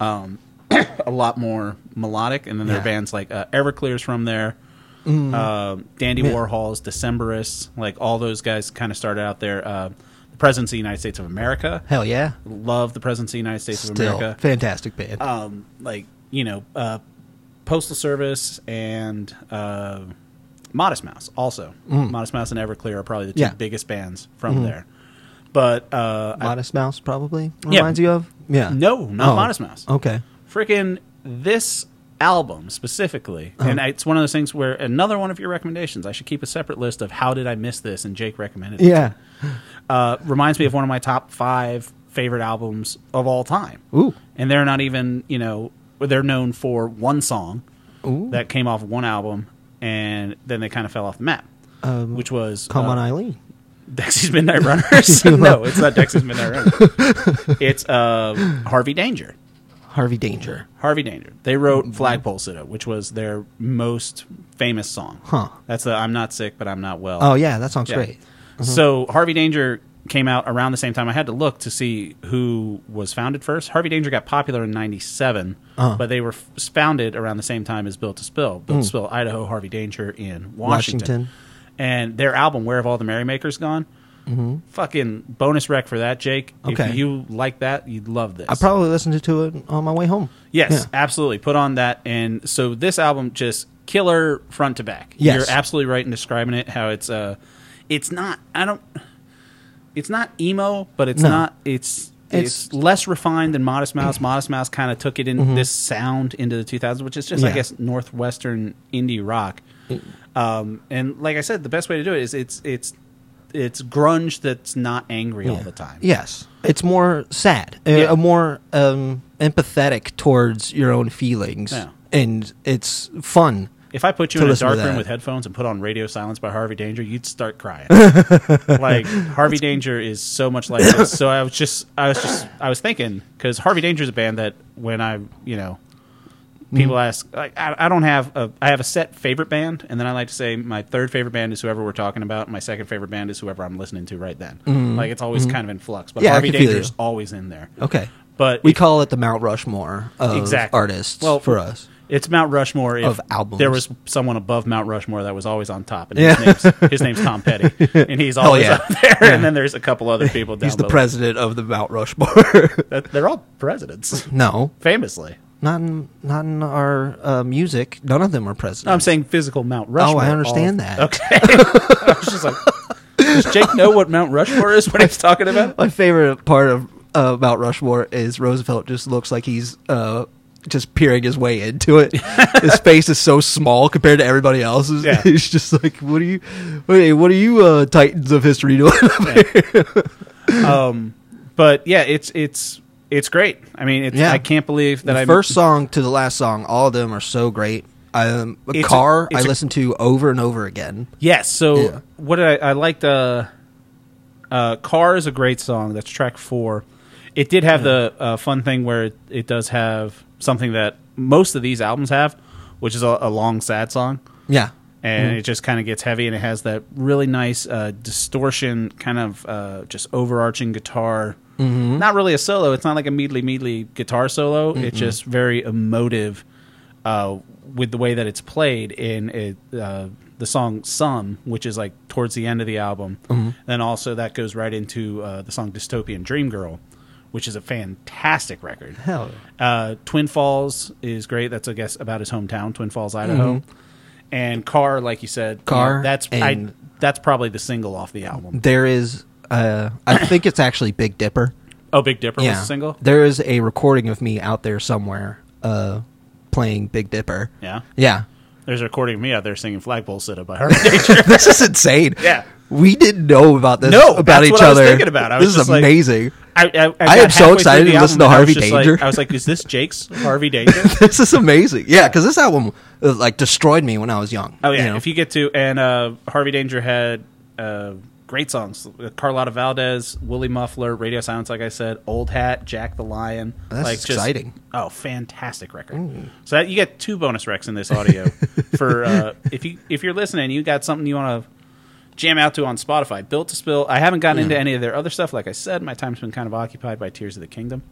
Speaker 1: um, [COUGHS] a lot more melodic, and then there are
Speaker 2: Yeah.
Speaker 1: bands like uh, Everclear's from there,
Speaker 2: Mm-hmm.
Speaker 1: um, Dandy Warhol's, Decemberists, like all those guys kind of started out there. Uh, the Presidents of the United States of America,
Speaker 2: Hell yeah.
Speaker 1: love the Presidents of the United States of
Speaker 2: Still,
Speaker 1: America
Speaker 2: fantastic band.
Speaker 1: um, like you know, uh, Postal Service and uh, Modest Mouse. Also, Modest Mouse and Everclear are probably the two
Speaker 2: Mm. Yeah. Mm-hmm.
Speaker 1: biggest bands from there. But uh, I-
Speaker 2: Modest Mouse probably
Speaker 1: Yeah.
Speaker 2: reminds you of? Yeah.
Speaker 1: no, not
Speaker 2: Oh,
Speaker 1: Modest Mouse.
Speaker 2: Okay.
Speaker 1: Freaking this album specifically,
Speaker 2: Uh-huh.
Speaker 1: and I, it's one of those things where another one of your recommendations. I should keep a separate list of how did I miss this, and Jake recommended. it.
Speaker 2: Yeah.
Speaker 1: uh, reminds me of one of my top five favorite albums of all time.
Speaker 2: Ooh.
Speaker 1: And they're not even, you know, they're known for one song
Speaker 2: Ooh.
Speaker 1: that came off one album, and then they kind of fell off the map, which was
Speaker 2: Um, Come
Speaker 1: uh,
Speaker 2: on, Eileen.
Speaker 1: [LAUGHS] Dexy's
Speaker 2: [LAUGHS]
Speaker 1: Midnight Runners. [LAUGHS] no, it's not Dexy's Midnight Runners. it's uh, Harvey Danger.
Speaker 2: Harvey Danger.
Speaker 1: Harvey Danger. They
Speaker 2: Mm-hmm.
Speaker 1: wrote Flagpole Sitta, which was their most famous song.
Speaker 2: Huh.
Speaker 1: That's the I'm not sick, but I'm not well.
Speaker 2: Oh, yeah. Mm-hmm. That sounds
Speaker 1: Yeah.
Speaker 2: great.
Speaker 1: So Harvey Danger came out around the same time. I had to look to see who was founded first. Harvey Danger got popular in '97,
Speaker 2: Uh-huh. Mm.
Speaker 1: but they were f- founded around the same time as Built to Spill. Built to Spill, Idaho. Harvey Danger in Washington.
Speaker 2: Washington.
Speaker 1: and their album "Where Have All the Merrymakers Gone." Fucking bonus rec for that, Jake.
Speaker 2: Mm-hmm. Okay.
Speaker 1: If you like that, you'd love this.
Speaker 2: I probably listened to it on my way home.
Speaker 1: Yes,
Speaker 2: Yeah.
Speaker 1: absolutely. Put on that, and so this album just killer front to back.
Speaker 2: Yes.
Speaker 1: You're absolutely right in describing it. How it's uh, it's not. I don't. It's not emo, but it's
Speaker 2: No.
Speaker 1: not. It's, it's
Speaker 2: It's- Mm-hmm.
Speaker 1: less refined than Modest Mouse. Modest Mouse kind of took it in this sound into the 2000s, which is just I
Speaker 2: Yeah. Mm.
Speaker 1: guess northwestern indie rock. Um, and like I said, the best way to do it is it's it's it's grunge that's not angry all
Speaker 2: Yeah.
Speaker 1: the time.
Speaker 2: Yes, it's more sad, uh,
Speaker 1: Yeah.
Speaker 2: uh, more um, empathetic towards your own feelings,
Speaker 1: Yeah.
Speaker 2: and it's fun.
Speaker 1: If I put you
Speaker 2: to
Speaker 1: in a
Speaker 2: listen to
Speaker 1: dark room
Speaker 2: that.
Speaker 1: with headphones and put on Radio Silence by Harvey Danger, you'd start
Speaker 2: [LAUGHS]
Speaker 1: crying. like Harvey Danger is so much like this. So I was just, I was just, I was thinking because Harvey Danger is a band that when I, you know, people
Speaker 2: Mm-hmm.
Speaker 1: ask, like, I, I don't have a, I have a set favorite band, and then I like to say my third favorite band is whoever we're talking about. and My second favorite band is whoever I'm listening to right then. Like it's always kind of in flux, but
Speaker 2: Mm-hmm. Yeah, I
Speaker 1: Harvey
Speaker 2: can feel
Speaker 1: Danger
Speaker 2: you.
Speaker 1: is always in there.
Speaker 2: Okay,
Speaker 1: But
Speaker 2: we
Speaker 1: if-
Speaker 2: call it the Mount Rushmore of
Speaker 1: exactly.
Speaker 2: artists for us.
Speaker 1: It's Mount Rushmore if
Speaker 2: Of albums.
Speaker 1: There was someone above Mount Rushmore that was always on top, and
Speaker 2: Yeah.
Speaker 1: his, name's,
Speaker 2: [LAUGHS]
Speaker 1: his name's Tom Petty, and he's always
Speaker 2: yeah.
Speaker 1: up there. And then there's a couple other people down.
Speaker 2: He's the
Speaker 1: below.
Speaker 2: president of the Mount Rushmore. [LAUGHS]
Speaker 1: That- They're all presidents, [LAUGHS]
Speaker 2: no,
Speaker 1: famously.
Speaker 2: not in, not in our uh, music. None of them are
Speaker 1: No, I'm
Speaker 2: presidents.
Speaker 1: saying physical Mount Rushmore.
Speaker 2: Oh, I understand
Speaker 1: all-
Speaker 2: that.
Speaker 1: Okay, [LAUGHS] I was just like, does Jake know what Mount Rushmore is? What he's talking about?
Speaker 2: My favorite part of uh, Mount Rushmore is Roosevelt just looks like he's uh, just peering his way
Speaker 1: [LAUGHS]
Speaker 2: into it. his face is so small compared to everybody else's.
Speaker 1: Yeah.
Speaker 2: [LAUGHS] He's just like, what are you, wait, what are you uh, titans of history doing? up [LAUGHS] here?"
Speaker 1: But yeah, it's it's it's great. I mean, it's,
Speaker 2: Yeah.
Speaker 1: I can't believe that
Speaker 2: the
Speaker 1: I
Speaker 2: first song to the last song, all of them are so great. Um, a
Speaker 1: It's a-
Speaker 2: car I
Speaker 1: it's a-
Speaker 2: listen to over and over again.
Speaker 1: Yes. So
Speaker 2: Yeah.
Speaker 1: what did I, I liked, uh, uh, "Car" is a great song. That's track four. It did have the uh, fun thing where it, it does have something that most of these albums have, which is a, a long sad song,
Speaker 2: Yeah,
Speaker 1: and it just kind of gets heavy, and it has that really nice uh, distortion, kind of uh, just overarching guitar. Not really a solo. It's not like a meadly meadly guitar solo. It's just very emotive uh, with the way that it's played in it, uh, the song "Some," which is like towards the end of the album, and also that goes right into uh, the song "Dystopian Dream Girl," which is a fantastic record.
Speaker 2: Hell
Speaker 1: uh, Twin Falls is great. That's I guess about his hometown, Twin Falls, Idaho. And Car, like you said,
Speaker 2: Car
Speaker 1: yeah, that's I,
Speaker 2: Mm-hmm. and-
Speaker 1: that's probably the single off the album.
Speaker 2: there is. Uh, I think it's actually Big Dipper.
Speaker 1: Oh, Big Dipper was a single.
Speaker 2: There is a recording of me out there somewhere uh, playing Big Dipper.
Speaker 1: Yeah,
Speaker 2: Yeah. [LAUGHS]
Speaker 1: there's a recording of me out there singing "Flagpole Sitta" by Harvey Danger.
Speaker 2: this is insane.
Speaker 1: Yeah.
Speaker 2: We didn't know about this.
Speaker 1: No,
Speaker 2: about
Speaker 1: that's
Speaker 2: each
Speaker 1: what I was
Speaker 2: other.
Speaker 1: thinking about. I was
Speaker 2: this
Speaker 1: just
Speaker 2: is
Speaker 1: like-
Speaker 2: amazing. [LAUGHS]
Speaker 1: I, I, I,
Speaker 2: I
Speaker 1: got
Speaker 2: am so
Speaker 1: halfway through
Speaker 2: excited
Speaker 1: the
Speaker 2: to listen
Speaker 1: album, and
Speaker 2: to
Speaker 1: I was
Speaker 2: Harvey
Speaker 1: just like-
Speaker 2: Danger.
Speaker 1: I was like, "Is this Jake's
Speaker 2: [LAUGHS]
Speaker 1: Harvey Danger?"
Speaker 2: this is amazing. Yeah, because this album uh, like destroyed me when I was young.
Speaker 1: Oh yeah,
Speaker 2: you know?
Speaker 1: if you get to and uh, Harvey Danger had uh, great songs: Carlotta Valdez, Willie Muffler, Radio Silence, like I said, Old Hat, Jack the Lion.
Speaker 2: That's
Speaker 1: like just-
Speaker 2: exciting. Mm.
Speaker 1: Oh, fantastic record! So that, you get
Speaker 2: [LAUGHS]
Speaker 1: two bonus recs in this audio for uh, if you if you're listening, you got something you want to jam out to on Spotify. Built to Spill. I haven't gotten into any of their other stuff. Like I said, my time's been kind of occupied by Tears of the Kingdom.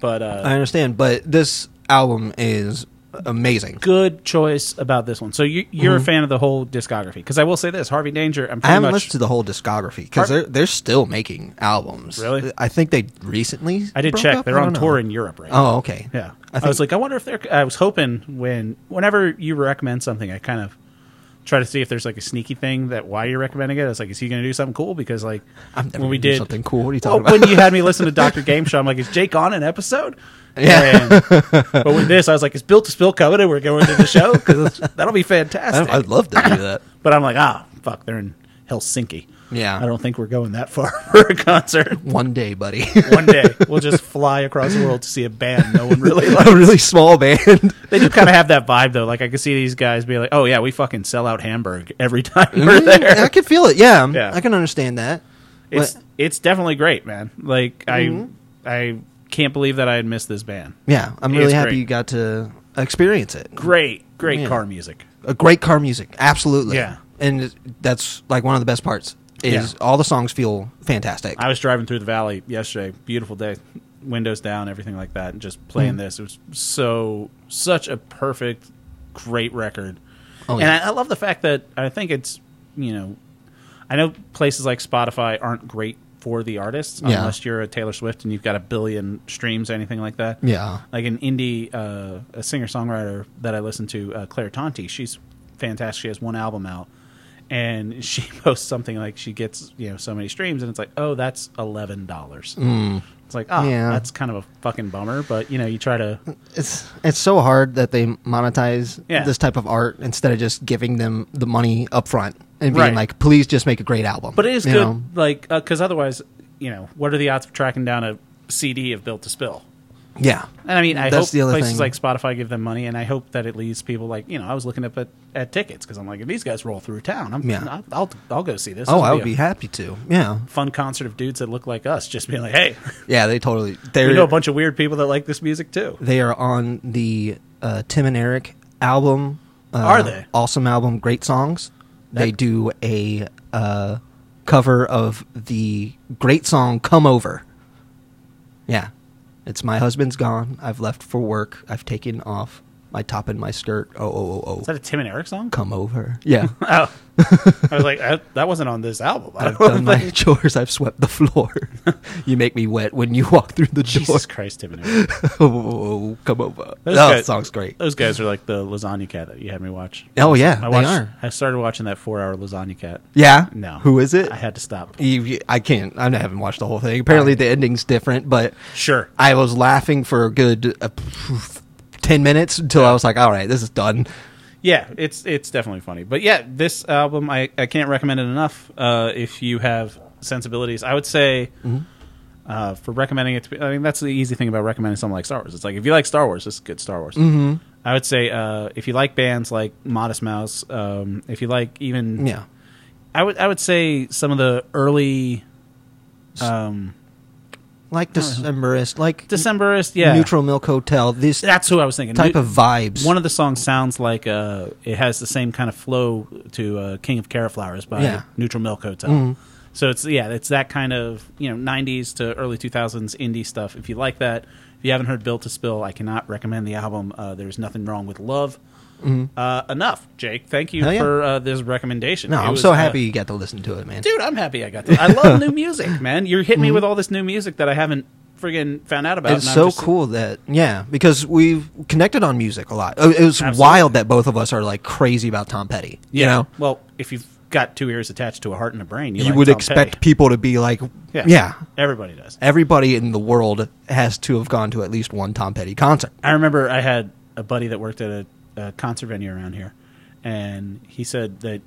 Speaker 1: But uh,
Speaker 2: I understand, but this album is amazing.
Speaker 1: good choice about this one. So you, you're a fan of the whole discography because I will say this: Harvey Danger. I'm
Speaker 2: Mm-hmm. I
Speaker 1: pretty
Speaker 2: haven't
Speaker 1: much
Speaker 2: listened to the whole discography because
Speaker 1: Har-
Speaker 2: they're they're still making albums.
Speaker 1: Really?
Speaker 2: I think they recently.
Speaker 1: I did
Speaker 2: broke
Speaker 1: check.
Speaker 2: up?
Speaker 1: They're
Speaker 2: I
Speaker 1: on
Speaker 2: don't
Speaker 1: tour
Speaker 2: know.
Speaker 1: in Europe right now.
Speaker 2: Oh, okay.
Speaker 1: Yeah. I,
Speaker 2: I think
Speaker 1: was like, I wonder if they're. I was hoping when, whenever you recommend something, I kind of try to see if there's like a sneaky thing that why you're recommending it. I was like, is he going to do something cool? Because like
Speaker 2: I'm never
Speaker 1: when we
Speaker 2: gonna do
Speaker 1: did
Speaker 2: something cool. What are you
Speaker 1: Well,
Speaker 2: talking about?
Speaker 1: when you had
Speaker 2: [LAUGHS]
Speaker 1: me listen to Doctor Game Show, I'm like, is Jake on an episode? Yeah. but with this, I was like, is Built to Spill coming and we're going to the show because that'll be fantastic.
Speaker 2: [LAUGHS] I, would love to do
Speaker 1: [LAUGHS]
Speaker 2: that.
Speaker 1: but I'm like, ah, fuck, they're in Helsinki.
Speaker 2: Yeah.
Speaker 1: I don't think we're going that far [LAUGHS] for a concert.
Speaker 2: One
Speaker 1: [LAUGHS]
Speaker 2: day, buddy. [LAUGHS]
Speaker 1: One day we'll just fly across the world to see a band no one really likes.
Speaker 2: a really small band.
Speaker 1: They do kind of have that vibe though. Like I could see these guys be like, "Oh yeah, we fucking sell out Hamburg every [LAUGHS] time we're
Speaker 2: Mm-hmm.
Speaker 1: there."
Speaker 2: Mm, I can feel it. Yeah,
Speaker 1: Yeah.
Speaker 2: I can understand that.
Speaker 1: It's
Speaker 2: But-
Speaker 1: it's definitely great, man. Like
Speaker 2: Mm-hmm.
Speaker 1: I I can't believe that I had missed this band.
Speaker 2: yeah, I'm
Speaker 1: It's
Speaker 2: really happy
Speaker 1: great.
Speaker 2: you got to experience it.
Speaker 1: Great, great
Speaker 2: Yeah.
Speaker 1: car music.
Speaker 2: A great car music, absolutely.
Speaker 1: Yeah.
Speaker 2: and that's like one of the best parts is
Speaker 1: Yeah.
Speaker 2: all the songs feel fantastic.
Speaker 1: I was driving through the valley yesterday. Beautiful day, windows down, everything like that, and just playing
Speaker 2: Mm-hmm.
Speaker 1: this. It was so such a perfect, great record.
Speaker 2: Oh,
Speaker 1: and
Speaker 2: yeah.
Speaker 1: I, I love the fact that I think it's you know, I know places like Spotify aren't great for the artists
Speaker 2: Yeah.
Speaker 1: unless you're a Taylor Swift and you've got a billion streams, anything like that.
Speaker 2: yeah,
Speaker 1: like an indie uh, a singer songwriter that I listen to, uh, Claire Tonti. She's fantastic. She has one album out, and she [LAUGHS] posts something like she gets you know so many streams, and it's like, oh, that's eleven dollars. It's like, ah,
Speaker 2: Mm. Yeah.
Speaker 1: that's kind of a fucking bummer. But you know, you try to
Speaker 2: it's it's so hard that they monetize
Speaker 1: Yeah.
Speaker 2: this type of art instead of just giving them the money up front and being
Speaker 1: Right.
Speaker 2: like, please just make a great album.
Speaker 1: But it is
Speaker 2: you
Speaker 1: good,
Speaker 2: know?
Speaker 1: like because otherwise, you know, what are the odds of tracking down a CD of Built to Spill?
Speaker 2: Yeah,
Speaker 1: And I mean, I
Speaker 2: That's
Speaker 1: hope
Speaker 2: the other
Speaker 1: places
Speaker 2: thing.
Speaker 1: like Spotify give them money, and I hope that it leads people like you know. I was looking up at, at tickets because I'm like, if these guys roll through town, I'm
Speaker 2: Yeah.
Speaker 1: I'll, I'll I'll go see this.
Speaker 2: oh,
Speaker 1: This'll
Speaker 2: I would be
Speaker 1: a
Speaker 2: happy to. Yeah,
Speaker 1: fun concert of dudes that look like us, just being like, hey, [LAUGHS]
Speaker 2: yeah, they totally. They're
Speaker 1: we know a bunch of weird people that like this music too.
Speaker 2: They are on the uh, Tim and Eric album. Uh,
Speaker 1: Are they?
Speaker 2: Awesome album, great songs. they do a uh, cover of the great song "Come Over." Yeah, it's my husband's gone. I've left for work. I've taken off my top and my skirt. Oh oh oh
Speaker 1: Is
Speaker 2: oh.
Speaker 1: that a Tim and Eric song?
Speaker 2: Come over. Yeah.
Speaker 1: [LAUGHS]
Speaker 2: [LAUGHS]
Speaker 1: Oh, I was like, I, that wasn't on this album. I
Speaker 2: I've
Speaker 1: don't
Speaker 2: done [LAUGHS] my chores. I've swept the floor. [LAUGHS] you make me wet when you walk through the door.
Speaker 1: Jesus Christ, Tim and Eric.
Speaker 2: [LAUGHS] Oh, oh, oh, come over.
Speaker 1: Those
Speaker 2: oh, that
Speaker 1: guys-
Speaker 2: song's great.
Speaker 1: Those guys are like the Lasagna Cat that you had me watch.
Speaker 2: Oh yeah,
Speaker 1: I
Speaker 2: they
Speaker 1: watched,
Speaker 2: are.
Speaker 1: I started watching that four-hour Lasagna Cat.
Speaker 2: Yeah.
Speaker 1: No,
Speaker 2: Who is it?
Speaker 1: I had to stop.
Speaker 2: You- you- I can't. I haven't watched the whole thing. Apparently, the ending's different, but
Speaker 1: Sure.
Speaker 2: I was laughing for a good uh, ten minutes until I was like, "All right, this is done."
Speaker 1: Yeah, it's it's definitely funny. But yeah, this album I, I can't recommend it enough. Uh, if you have sensibilities, I would say
Speaker 2: Mm-hmm.
Speaker 1: uh, for recommending it. To be, I mean, that's the easy thing about recommending something like Star Wars. It's like if you like Star Wars, this is good Star Wars. Mm-hmm. I would say uh, if you like bands like Modest Mouse, um, if you like even
Speaker 2: Yeah,
Speaker 1: I would I would say some of the early
Speaker 2: like Decemberist, like
Speaker 1: Decemberist, yeah,
Speaker 2: Neutral Milk Hotel. This
Speaker 1: That's who I was thinking.
Speaker 2: type
Speaker 1: Nu-
Speaker 2: of vibes.
Speaker 1: One of the songs sounds like uh, it has the same kind of flow to uh, "King of Caraflowers" by
Speaker 2: Yeah. Mm-hmm.
Speaker 1: Neutral Milk Hotel. So it's yeah, it's that kind of you know '90s to early 2000s indie stuff. If you like that, if you haven't heard "Built to Spill," I cannot recommend the album. Uh, There's nothing wrong with love. Uh, enough, Jake. Thank you
Speaker 2: Mm-hmm. Hell yeah.
Speaker 1: for uh, this recommendation.
Speaker 2: no,
Speaker 1: It
Speaker 2: I'm
Speaker 1: was,
Speaker 2: so
Speaker 1: uh,
Speaker 2: happy you got to listen to it, man.
Speaker 1: dude. I'm happy I got that. I
Speaker 2: [LAUGHS]
Speaker 1: love new music, man. You're hitting me with all this new music that I haven't friggin' found out about.
Speaker 2: Mm-hmm. It's
Speaker 1: and I'm
Speaker 2: so
Speaker 1: just-
Speaker 2: cool that yeah, because we've connected on music a lot. Uh, It was
Speaker 1: Absolutely.
Speaker 2: wild that both of us are like crazy about Tom Petty. You know,
Speaker 1: Well, if you've got two ears attached to a heart and a brain, you,
Speaker 2: you
Speaker 1: like
Speaker 2: would
Speaker 1: Tom
Speaker 2: expect
Speaker 1: Petty.
Speaker 2: people to be like, yeah,
Speaker 1: Everybody does.
Speaker 2: everybody in the world has to have gone to at least one Tom Petty concert.
Speaker 1: I remember I had a buddy that worked at a, a concert venue around here, and he said that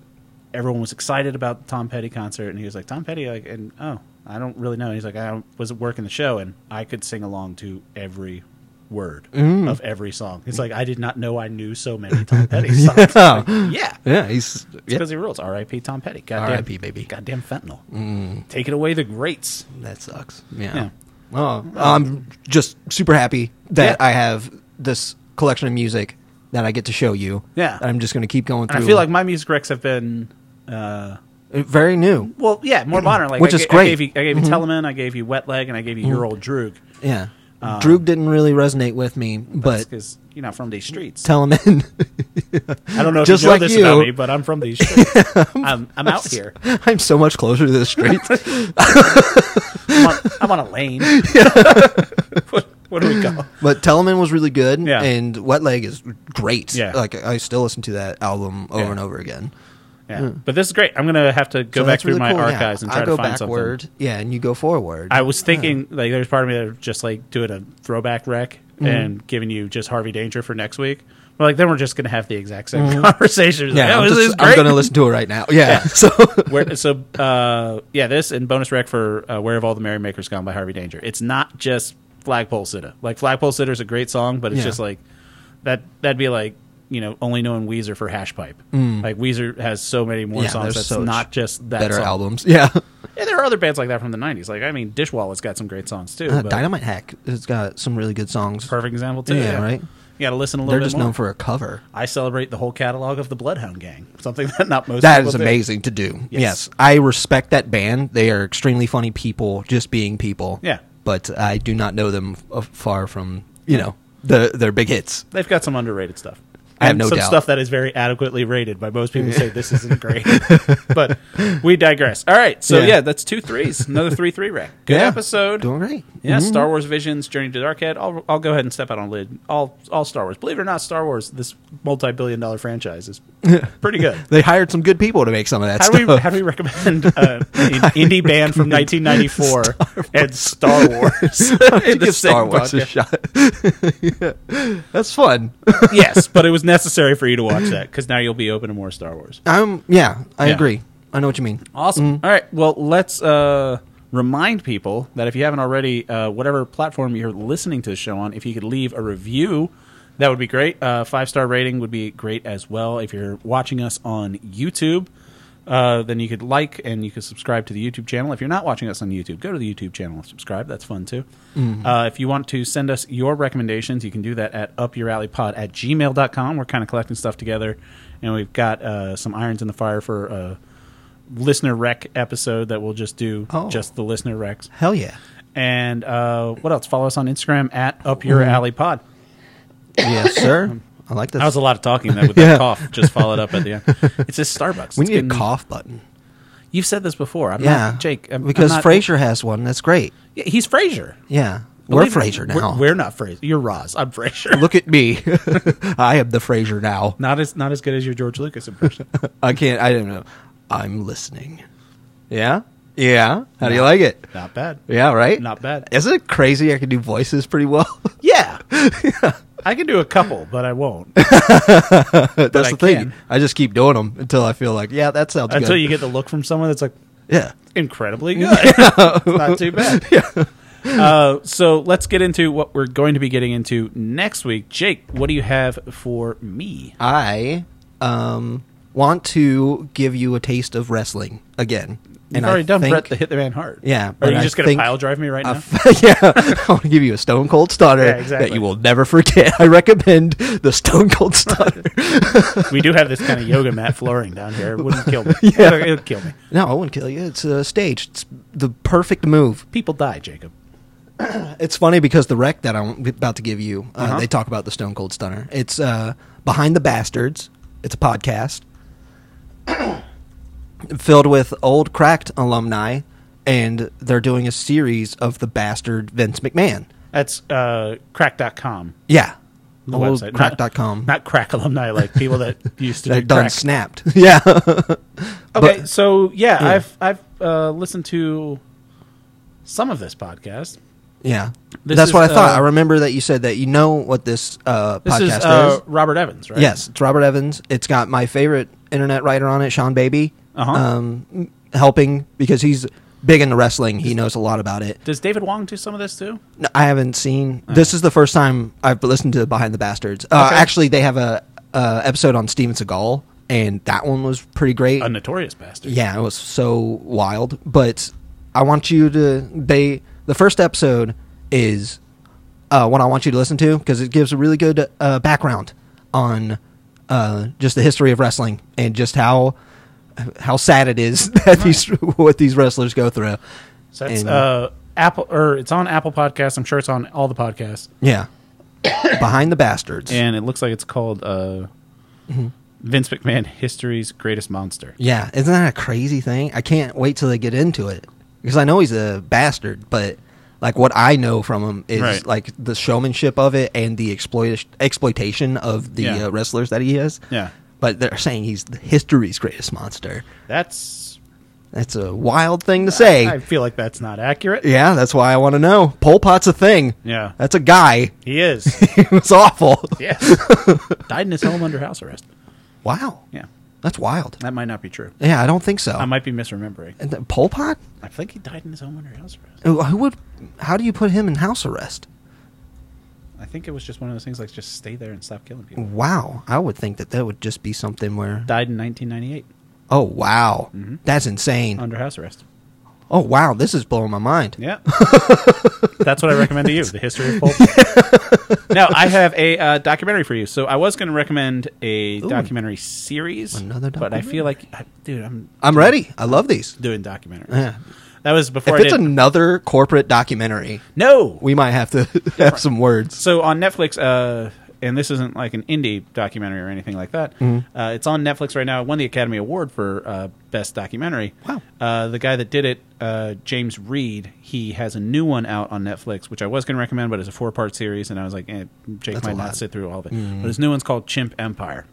Speaker 1: everyone was excited about the Tom Petty concert, and he was like, "Tom Petty," like, and oh, I don't really know. And he's like, "I was working the show, and I could sing along to every." Word
Speaker 2: Mm.
Speaker 1: of every song. He's like, I did not know I knew so many Tom
Speaker 2: [LAUGHS]
Speaker 1: Petty songs. Like, yeah.
Speaker 2: Yeah, he's yeah,
Speaker 1: because he rules. R.I.P. Tom Petty. Goddamn,
Speaker 2: R.I.P., baby. Mm.
Speaker 1: Goddamn fentanyl. Take it away, the greats.
Speaker 2: that sucks. Yeah.
Speaker 1: Yeah.
Speaker 2: Well, I'm just super happy that
Speaker 1: Yeah.
Speaker 2: I have this collection of music that I get to show you.
Speaker 1: Yeah.
Speaker 2: that I'm just going to keep going
Speaker 1: And
Speaker 2: through.
Speaker 1: I feel like my music recs have been uh,
Speaker 2: Very new.
Speaker 1: Well, yeah, more modern. Like
Speaker 2: Which
Speaker 1: I
Speaker 2: is
Speaker 1: ga-
Speaker 2: great. Mm-hmm. Mm.
Speaker 1: I gave you, I gave you Telemann, I gave you Wet Leg, and I gave you Your Old Droog.
Speaker 2: Yeah.
Speaker 1: Uh,
Speaker 2: Droog didn't really resonate with me, but
Speaker 1: because you're not from these streets.
Speaker 2: tell him in. [LAUGHS]
Speaker 1: I don't know if
Speaker 2: Just
Speaker 1: you know
Speaker 2: like
Speaker 1: this
Speaker 2: you.
Speaker 1: about me, but I'm from these
Speaker 2: [LAUGHS]
Speaker 1: streets. I'm, I'm out here.
Speaker 2: I'm so much closer to
Speaker 1: [LAUGHS]
Speaker 2: the streets.
Speaker 1: I'm on, I'm on a lane. [LAUGHS] what, what do we call?
Speaker 2: But Telemann was really good,
Speaker 1: Yeah.
Speaker 2: and Wet Leg is great.
Speaker 1: Yeah.
Speaker 2: like I still listen to that album over
Speaker 1: Yeah.
Speaker 2: and over again.
Speaker 1: Yeah. But this is great. I'm gonna have to go
Speaker 2: So
Speaker 1: back
Speaker 2: that's
Speaker 1: through
Speaker 2: really
Speaker 1: my
Speaker 2: cool, yeah.
Speaker 1: archives and try
Speaker 2: I
Speaker 1: to
Speaker 2: go
Speaker 1: find
Speaker 2: backward,
Speaker 1: something.
Speaker 2: yeah, and you go forward.
Speaker 1: I was thinking like there's part of me that just like doing a throwback rec
Speaker 2: Mm-hmm.
Speaker 1: and giving you just Harvey Danger for next week. But like then we're just gonna have the exact same conversation.
Speaker 2: Mm-hmm. yeah,
Speaker 1: Like, oh,
Speaker 2: I'm,
Speaker 1: this
Speaker 2: just-
Speaker 1: is
Speaker 2: I'm
Speaker 1: great.
Speaker 2: gonna listen to it right now. Yeah, [LAUGHS] so
Speaker 1: [LAUGHS] Where, so uh, yeah, this and bonus rec for uh, "Where Have All the Merrymakers Gone" by Harvey Danger. It's not just Flagpole Sitta. Like Flagpole Sitta is a great song, but it's
Speaker 2: Yeah.
Speaker 1: just like that. That'd be like you know only knowing Weezer for Hash Pipe. Like Weezer has so many more
Speaker 2: Mm. Yeah,
Speaker 1: songs
Speaker 2: there's
Speaker 1: that's
Speaker 2: so
Speaker 1: not just that
Speaker 2: better
Speaker 1: song.
Speaker 2: albums. [LAUGHS] Yeah,
Speaker 1: Yeah, there are other bands like that from the '90s. Like I mean, Dishwalla's got some great songs too.
Speaker 2: Uh,
Speaker 1: but
Speaker 2: Dynamite Hack has got some really good songs.
Speaker 1: perfect example too.
Speaker 2: Yeah, right?
Speaker 1: You got to listen a little
Speaker 2: They're
Speaker 1: bit
Speaker 2: just
Speaker 1: more.
Speaker 2: known for a cover.
Speaker 1: I celebrate the whole catalog of the Bloodhound Gang. Something [LAUGHS] that not most
Speaker 2: That
Speaker 1: people
Speaker 2: is
Speaker 1: do.
Speaker 2: amazing to do.
Speaker 1: Yes.
Speaker 2: Yes. I respect that band. They are extremely funny people, just being people.
Speaker 1: Yeah.
Speaker 2: but I do not know them f- uh, far from you know the their big hits.
Speaker 1: They've got some underrated stuff.
Speaker 2: I have
Speaker 1: And
Speaker 2: no
Speaker 1: some
Speaker 2: doubt.
Speaker 1: stuff that is very adequately rated by most people. Say this
Speaker 2: [LAUGHS]
Speaker 1: isn't great, but we digress. All right, so yeah,
Speaker 2: Yeah.
Speaker 1: that's two threes. Another three three rack. Good
Speaker 2: Yeah. Mm-hmm.
Speaker 1: episode.
Speaker 2: Doing great.
Speaker 1: Yeah, Star Wars Visions, Journey to Darkhead. I'll I'll go ahead and step out on a lid. All all Star Wars. Believe it or not, Star Wars. This multi billion dollar franchise
Speaker 2: [LAUGHS]
Speaker 1: is pretty good.
Speaker 2: They hired some good people to make some of that
Speaker 1: How do
Speaker 2: stuff.
Speaker 1: we how do we recommend
Speaker 2: [LAUGHS]
Speaker 1: uh, an indie band from 1994 [LAUGHS] and Star
Speaker 2: [LAUGHS]
Speaker 1: Wars?
Speaker 2: to
Speaker 1: in the
Speaker 2: give Star
Speaker 1: same
Speaker 2: Wars a
Speaker 1: podcast?
Speaker 2: shot. [LAUGHS] Yeah. That's fun.
Speaker 1: yes, but it was necessary for you to watch that because now you'll be open to more Star Wars.
Speaker 2: Um, yeah, I
Speaker 1: Yeah.
Speaker 2: agree. I know what you mean.
Speaker 1: Awesome. All right. Well, let's uh, remind people that if you haven't already, uh, whatever platform you're listening to the show on, if you could leave a review, that would be great. Uh, Five star rating would be great as well. If you're watching us on YouTube, uh, then you could like and you could subscribe to the YouTube channel. If you're not watching us on YouTube, go to the YouTube channel and subscribe. That's fun too. Uh, if you want to send us your recommendations, you can do that at upyouralleypod at gmail.com. We're kind of collecting stuff together, and we've got uh, some irons in the fire for. Uh, listener rec episode that we'll just do
Speaker 2: Oh.
Speaker 1: just the listener recs.
Speaker 2: Hell yeah.
Speaker 1: And uh, what else? Follow us on Instagram at Up Your
Speaker 2: Mm-hmm.
Speaker 1: Alley Pod.
Speaker 2: [COUGHS] Yes,
Speaker 1: [COUGHS]
Speaker 2: sir. I like this.
Speaker 1: That was a lot of talking that with
Speaker 2: Yeah.
Speaker 1: that cough. Just followed up at
Speaker 2: [LAUGHS]
Speaker 1: the end. It's this Starbucks.
Speaker 2: we
Speaker 1: It's
Speaker 2: need
Speaker 1: getting-
Speaker 2: a cough button.
Speaker 1: You've said this before. I'm
Speaker 2: Yeah,
Speaker 1: not Jake. I'm,
Speaker 2: because
Speaker 1: I'm not-
Speaker 2: Frasier has one. That's great.
Speaker 1: Yeah, he's Frasier.
Speaker 2: Yeah, we're
Speaker 1: Believe me,
Speaker 2: Frasier
Speaker 1: we're-
Speaker 2: now.
Speaker 1: We're, not Frasier. You're Roz. I'm
Speaker 2: [LAUGHS]
Speaker 1: Frasier.
Speaker 2: Look at me. I am the Frasier now.
Speaker 1: Not as not as good as your George Lucas
Speaker 2: [LAUGHS]
Speaker 1: impression.
Speaker 2: I can't. I don't know. I'm listening. Yeah. Yeah. How do you like it?
Speaker 1: not bad.
Speaker 2: Yeah. Right.
Speaker 1: Not bad.
Speaker 2: Isn't it crazy? I can do voices pretty well. [LAUGHS]
Speaker 1: Yeah. I can do a couple, but I won't.
Speaker 2: That's
Speaker 1: I
Speaker 2: the thing.
Speaker 1: can.
Speaker 2: I just keep doing them until I feel like, yeah, that sounds
Speaker 1: Until
Speaker 2: good.
Speaker 1: you get the look from someone that's like,
Speaker 2: yeah. [LAUGHS]
Speaker 1: incredibly good. It's not too bad. Uh, so let's get into what we're going to be getting into next week. Jake, what do you have for me?
Speaker 2: I um want to give you a taste of wrestling again.
Speaker 1: You've already
Speaker 2: I
Speaker 1: done
Speaker 2: think-
Speaker 1: Brett the Hitman Hart.
Speaker 2: Yeah,
Speaker 1: Are
Speaker 2: but
Speaker 1: you
Speaker 2: I
Speaker 1: just going to
Speaker 2: think-
Speaker 1: pile drive me right
Speaker 2: I [LAUGHS]
Speaker 1: now?
Speaker 2: f- yeah, I want to give you a Stone Cold Stunner
Speaker 1: Yeah, exactly.
Speaker 2: that you will never forget. [LAUGHS] I recommend the
Speaker 1: [LAUGHS]
Speaker 2: Stone Cold Stunner.
Speaker 1: we do have this kind of yoga mat flooring down here. It wouldn't kill me.
Speaker 2: [LAUGHS] Yeah.
Speaker 1: It'll, it'll kill me.
Speaker 2: no, I won't kill you. It's a stage. It's the perfect move.
Speaker 1: People die, Jacob.
Speaker 2: It's funny because the rec that I'm about to give you, uh,
Speaker 1: Uh-huh.
Speaker 2: they talk about the Stone Cold Stunner. It's uh, Behind the Bastards. It's a podcast [COUGHS] filled with old cracked alumni, and they're doing a series of the bastard Vince McMahon.
Speaker 1: That's uh, crack.com.
Speaker 2: Yeah.
Speaker 1: The
Speaker 2: Old
Speaker 1: website.
Speaker 2: crack
Speaker 1: Not-
Speaker 2: dot com.
Speaker 1: Not crack alumni, like people that used
Speaker 2: [LAUGHS]
Speaker 1: to
Speaker 2: that
Speaker 1: do
Speaker 2: done
Speaker 1: crack.
Speaker 2: snapped. Yeah.
Speaker 1: Okay,
Speaker 2: But-
Speaker 1: so yeah,
Speaker 2: Yeah.
Speaker 1: I've I've uh, listened to some of this podcast.
Speaker 2: yeah.
Speaker 1: This
Speaker 2: That's
Speaker 1: is,
Speaker 2: what I thought.
Speaker 1: uh,
Speaker 2: I remember that you said that you know what this uh,
Speaker 1: This
Speaker 2: podcast
Speaker 1: is,
Speaker 2: is.
Speaker 1: uh, Robert Evans, right?
Speaker 2: Yes, it's Robert Evans. It's got my favorite internet writer on it, Sean Baby,
Speaker 1: Uh-huh.
Speaker 2: um, m- helping because he's big into wrestling. He knows a lot about it.
Speaker 1: Does David Wong do some of this too?
Speaker 2: No, I haven't seen. This is the first time I've listened to Behind the Bastards. Uh,
Speaker 1: Okay.
Speaker 2: Actually, they have a, uh episode on Steven Seagal, and that one was pretty great.
Speaker 1: A notorious bastard.
Speaker 2: Yeah, it was so wild. But I want you to they the first episode is uh, what I want you to listen to because it gives a really good uh, background on uh, just the history of wrestling and just how how sad it is [LAUGHS] that these what these wrestlers go through.
Speaker 1: So that's
Speaker 2: And-
Speaker 1: uh, Apple, or it's on Apple Podcasts. I'm sure it's on all the podcasts,
Speaker 2: Yeah, [COUGHS] behind the bastards.
Speaker 1: and it looks like it's called uh, Vince McMahon History's Greatest Monster.
Speaker 2: Mm-hmm. Yeah, isn't that a crazy thing? I can't wait till they get into it because I know he's a bastard, but like what I know from him is
Speaker 1: Right.
Speaker 2: like the showmanship of it and the exploit- exploitation of the
Speaker 1: Yeah.
Speaker 2: uh, wrestlers that he is.
Speaker 1: Yeah.
Speaker 2: But they're saying he's the history's greatest monster.
Speaker 1: That's
Speaker 2: That's a wild thing to say.
Speaker 1: I feel like that's not
Speaker 2: [LAUGHS]
Speaker 1: accurate.
Speaker 2: yeah, that's why I want to know. Pol Pot's a thing.
Speaker 1: Yeah.
Speaker 2: That's a guy. [LAUGHS]
Speaker 1: He is.
Speaker 2: He was awful. [LAUGHS]
Speaker 1: yes. Died in his home under house arrest.
Speaker 2: Wow.
Speaker 1: Yeah.
Speaker 2: That's wild.
Speaker 1: That might not be true.
Speaker 2: Yeah, I don't think so.
Speaker 1: I might be misremembering.
Speaker 2: And then Pol Pot?
Speaker 1: I think he died in his home under house arrest.
Speaker 2: Who who would? How do you put him in house arrest?
Speaker 1: I think it was just one of those things like just stay there and stop killing people.
Speaker 2: Wow, I would think that that would just be something where.
Speaker 1: Died in 1998
Speaker 2: Oh wow,
Speaker 1: Mm-hmm.
Speaker 2: that's insane.
Speaker 1: under house arrest.
Speaker 2: Oh wow, this is blowing my mind. [LAUGHS]
Speaker 1: Yeah. That's what I recommend to you the history of Pulp.
Speaker 2: [LAUGHS]
Speaker 1: now, I have a uh, documentary for you. So I was going to recommend a documentary series.
Speaker 2: Another
Speaker 1: But I feel like, I- dude, I'm
Speaker 2: I'm ready. I love these.
Speaker 1: doing documentaries.
Speaker 2: Yeah.
Speaker 1: That was before
Speaker 2: If
Speaker 1: I
Speaker 2: it's
Speaker 1: did.
Speaker 2: another corporate documentary,
Speaker 1: no!
Speaker 2: we might have to [LAUGHS] have some words.
Speaker 1: So on Netflix, uh, and this isn't like an indie documentary or anything like that.
Speaker 2: Mm-hmm.
Speaker 1: Uh, it's on Netflix right now. It won the Academy Award for uh, best documentary.
Speaker 2: Wow.
Speaker 1: Uh, the guy that did it, uh, James Reed, he has a new one out on Netflix, which I was going to recommend, but it's a four part series, and I was like, eh, Jake
Speaker 2: That's a
Speaker 1: might not
Speaker 2: lot. Mm-hmm.
Speaker 1: sit through all of it. But his new one's called Chimp Empire.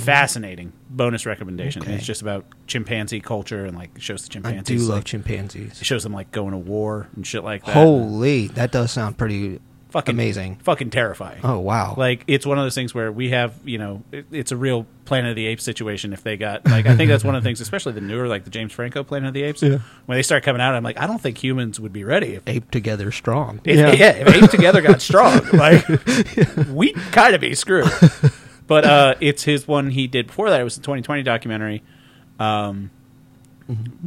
Speaker 1: Fascinating bonus recommendation. And
Speaker 2: Okay.
Speaker 1: It's just about chimpanzee culture and like shows the
Speaker 2: I
Speaker 1: chimpanzees.
Speaker 2: do love
Speaker 1: like,
Speaker 2: chimpanzees.
Speaker 1: shows them like going to war and shit like that.
Speaker 2: Holy, that does sound pretty
Speaker 1: fucking
Speaker 2: amazing.
Speaker 1: fucking terrifying.
Speaker 2: Oh wow,
Speaker 1: Like it's one of those things where we have, you know, it, it's a real Planet of the Apes situation. If they got like, I think that's one of the things, especially the newer, like the James Franco Planet of the Apes,
Speaker 2: Yeah.
Speaker 1: when they start coming out, I'm like, I don't think humans would be ready. If,
Speaker 2: ape together strong.
Speaker 1: if- yeah. if apes together got strong, like we'd kind of be screwed. But uh, it's his one he did before that. It was a 2020 documentary um,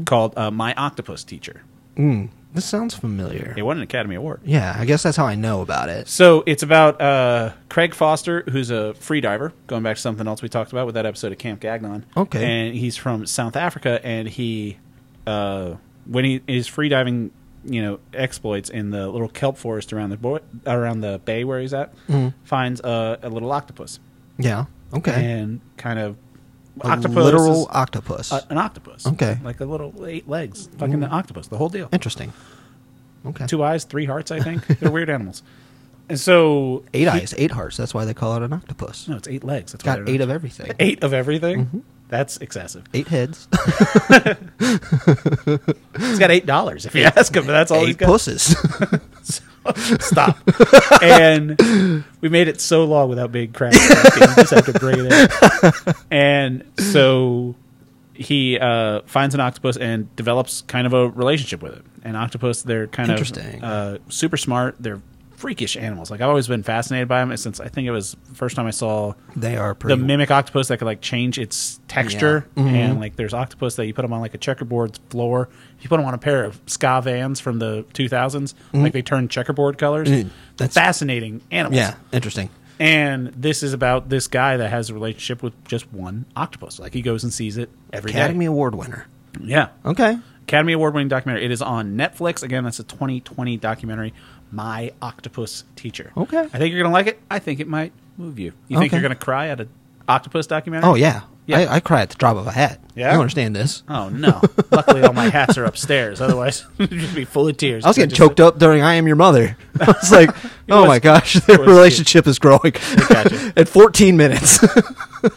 Speaker 1: called uh, "My Octopus Teacher."
Speaker 2: This sounds familiar.
Speaker 1: It won an Academy Award.
Speaker 2: Yeah, I guess that's how I know about it.
Speaker 1: So it's about uh, Craig Foster, who's a free diver, going back to something else we talked about with that episode of Camp Gagnon.
Speaker 2: Okay.
Speaker 1: And he's from South Africa, and he, uh, when he is free diving, you know, exploits in the little kelp forest around the boy, around the bay where he's at, finds a, a little octopus
Speaker 2: Yeah. Mm-hmm. Okay.
Speaker 1: and kind of
Speaker 2: A
Speaker 1: octopus,
Speaker 2: literal
Speaker 1: is
Speaker 2: octopus.
Speaker 1: a- an octopus.
Speaker 2: Okay. Mm-hmm.
Speaker 1: Like a little eight legs, fucking an octopus, the whole deal
Speaker 2: Interesting. Okay.
Speaker 1: two eyes, three hearts. I think they're weird animals. And so
Speaker 2: Eight eyes, eight hearts. That's why they call it an octopus.
Speaker 1: No, it's eight legs. That's
Speaker 2: It's got
Speaker 1: why they're
Speaker 2: eight
Speaker 1: not-
Speaker 2: of Mm-hmm. everything.
Speaker 1: eight of everything. That's excessive. [LAUGHS]
Speaker 2: Eight heads,
Speaker 1: He's got eight dollars if you ask him. But that's all he's
Speaker 2: eight
Speaker 1: got. [LAUGHS]
Speaker 2: pusses. [LAUGHS]
Speaker 1: Stop. and we made it so long without being cracked. you just have to bring it in. And so he uh, finds an octopus and develops kind of a relationship with it. And octopus, they're kind
Speaker 2: Interesting.
Speaker 1: of uh, super smart. They're freakish animals. Like I've always been fascinated by them since I think it was the first time I saw
Speaker 2: they are pretty.
Speaker 1: the mimic octopus that could like change its texture
Speaker 2: Yeah. Mhm.
Speaker 1: and like there's octopus that you put them on like a checkerboard floor if you put them on a pair of ska vans from the 2000s like they turn checkerboard colors
Speaker 2: Mm, Mm-hmm. that's-
Speaker 1: fascinating animals
Speaker 2: yeah, interesting.
Speaker 1: and this is about this guy that has a relationship with just one octopus like he goes and sees it every day.
Speaker 2: Academy Award winner.
Speaker 1: yeah
Speaker 2: Okay.
Speaker 1: academy award winning documentary it is on netflix again that's a 2020 documentary my octopus teacher
Speaker 2: Okay.
Speaker 1: i think you're gonna like it i think it might move you you think
Speaker 2: Okay.
Speaker 1: you're gonna cry at a octopus documentary
Speaker 2: Oh yeah.
Speaker 1: Yeah.
Speaker 2: I, I cry at the drop of a hat.
Speaker 1: Yeah?
Speaker 2: I don't understand this.
Speaker 1: Oh no! Luckily, all my hats are upstairs. Otherwise, [LAUGHS] it'd just be full of tears.
Speaker 2: I was getting choked up during "I Am Your
Speaker 1: [LAUGHS]
Speaker 2: Mother." [LAUGHS] I was like, "Oh
Speaker 1: was- [LAUGHS]
Speaker 2: my gosh,
Speaker 1: it
Speaker 2: their
Speaker 1: was
Speaker 2: relationship is growing." [LAUGHS]
Speaker 1: gotcha.
Speaker 2: at 14 minutes.
Speaker 1: All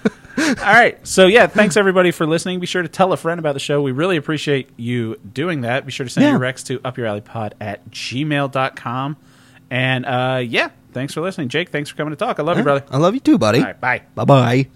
Speaker 1: right. So yeah, thanks everybody for listening. Be sure to tell a friend about the show. We really appreciate you doing that. Be sure to send
Speaker 2: Yeah.
Speaker 1: your recs to upyouralleypod at gmail.com.
Speaker 2: [LAUGHS]
Speaker 1: And uh, yeah, thanks for listening, Jake. Thanks for coming to talk. I love you, brother.
Speaker 2: I love you too, buddy.
Speaker 1: All right, bye.
Speaker 2: Bye bye.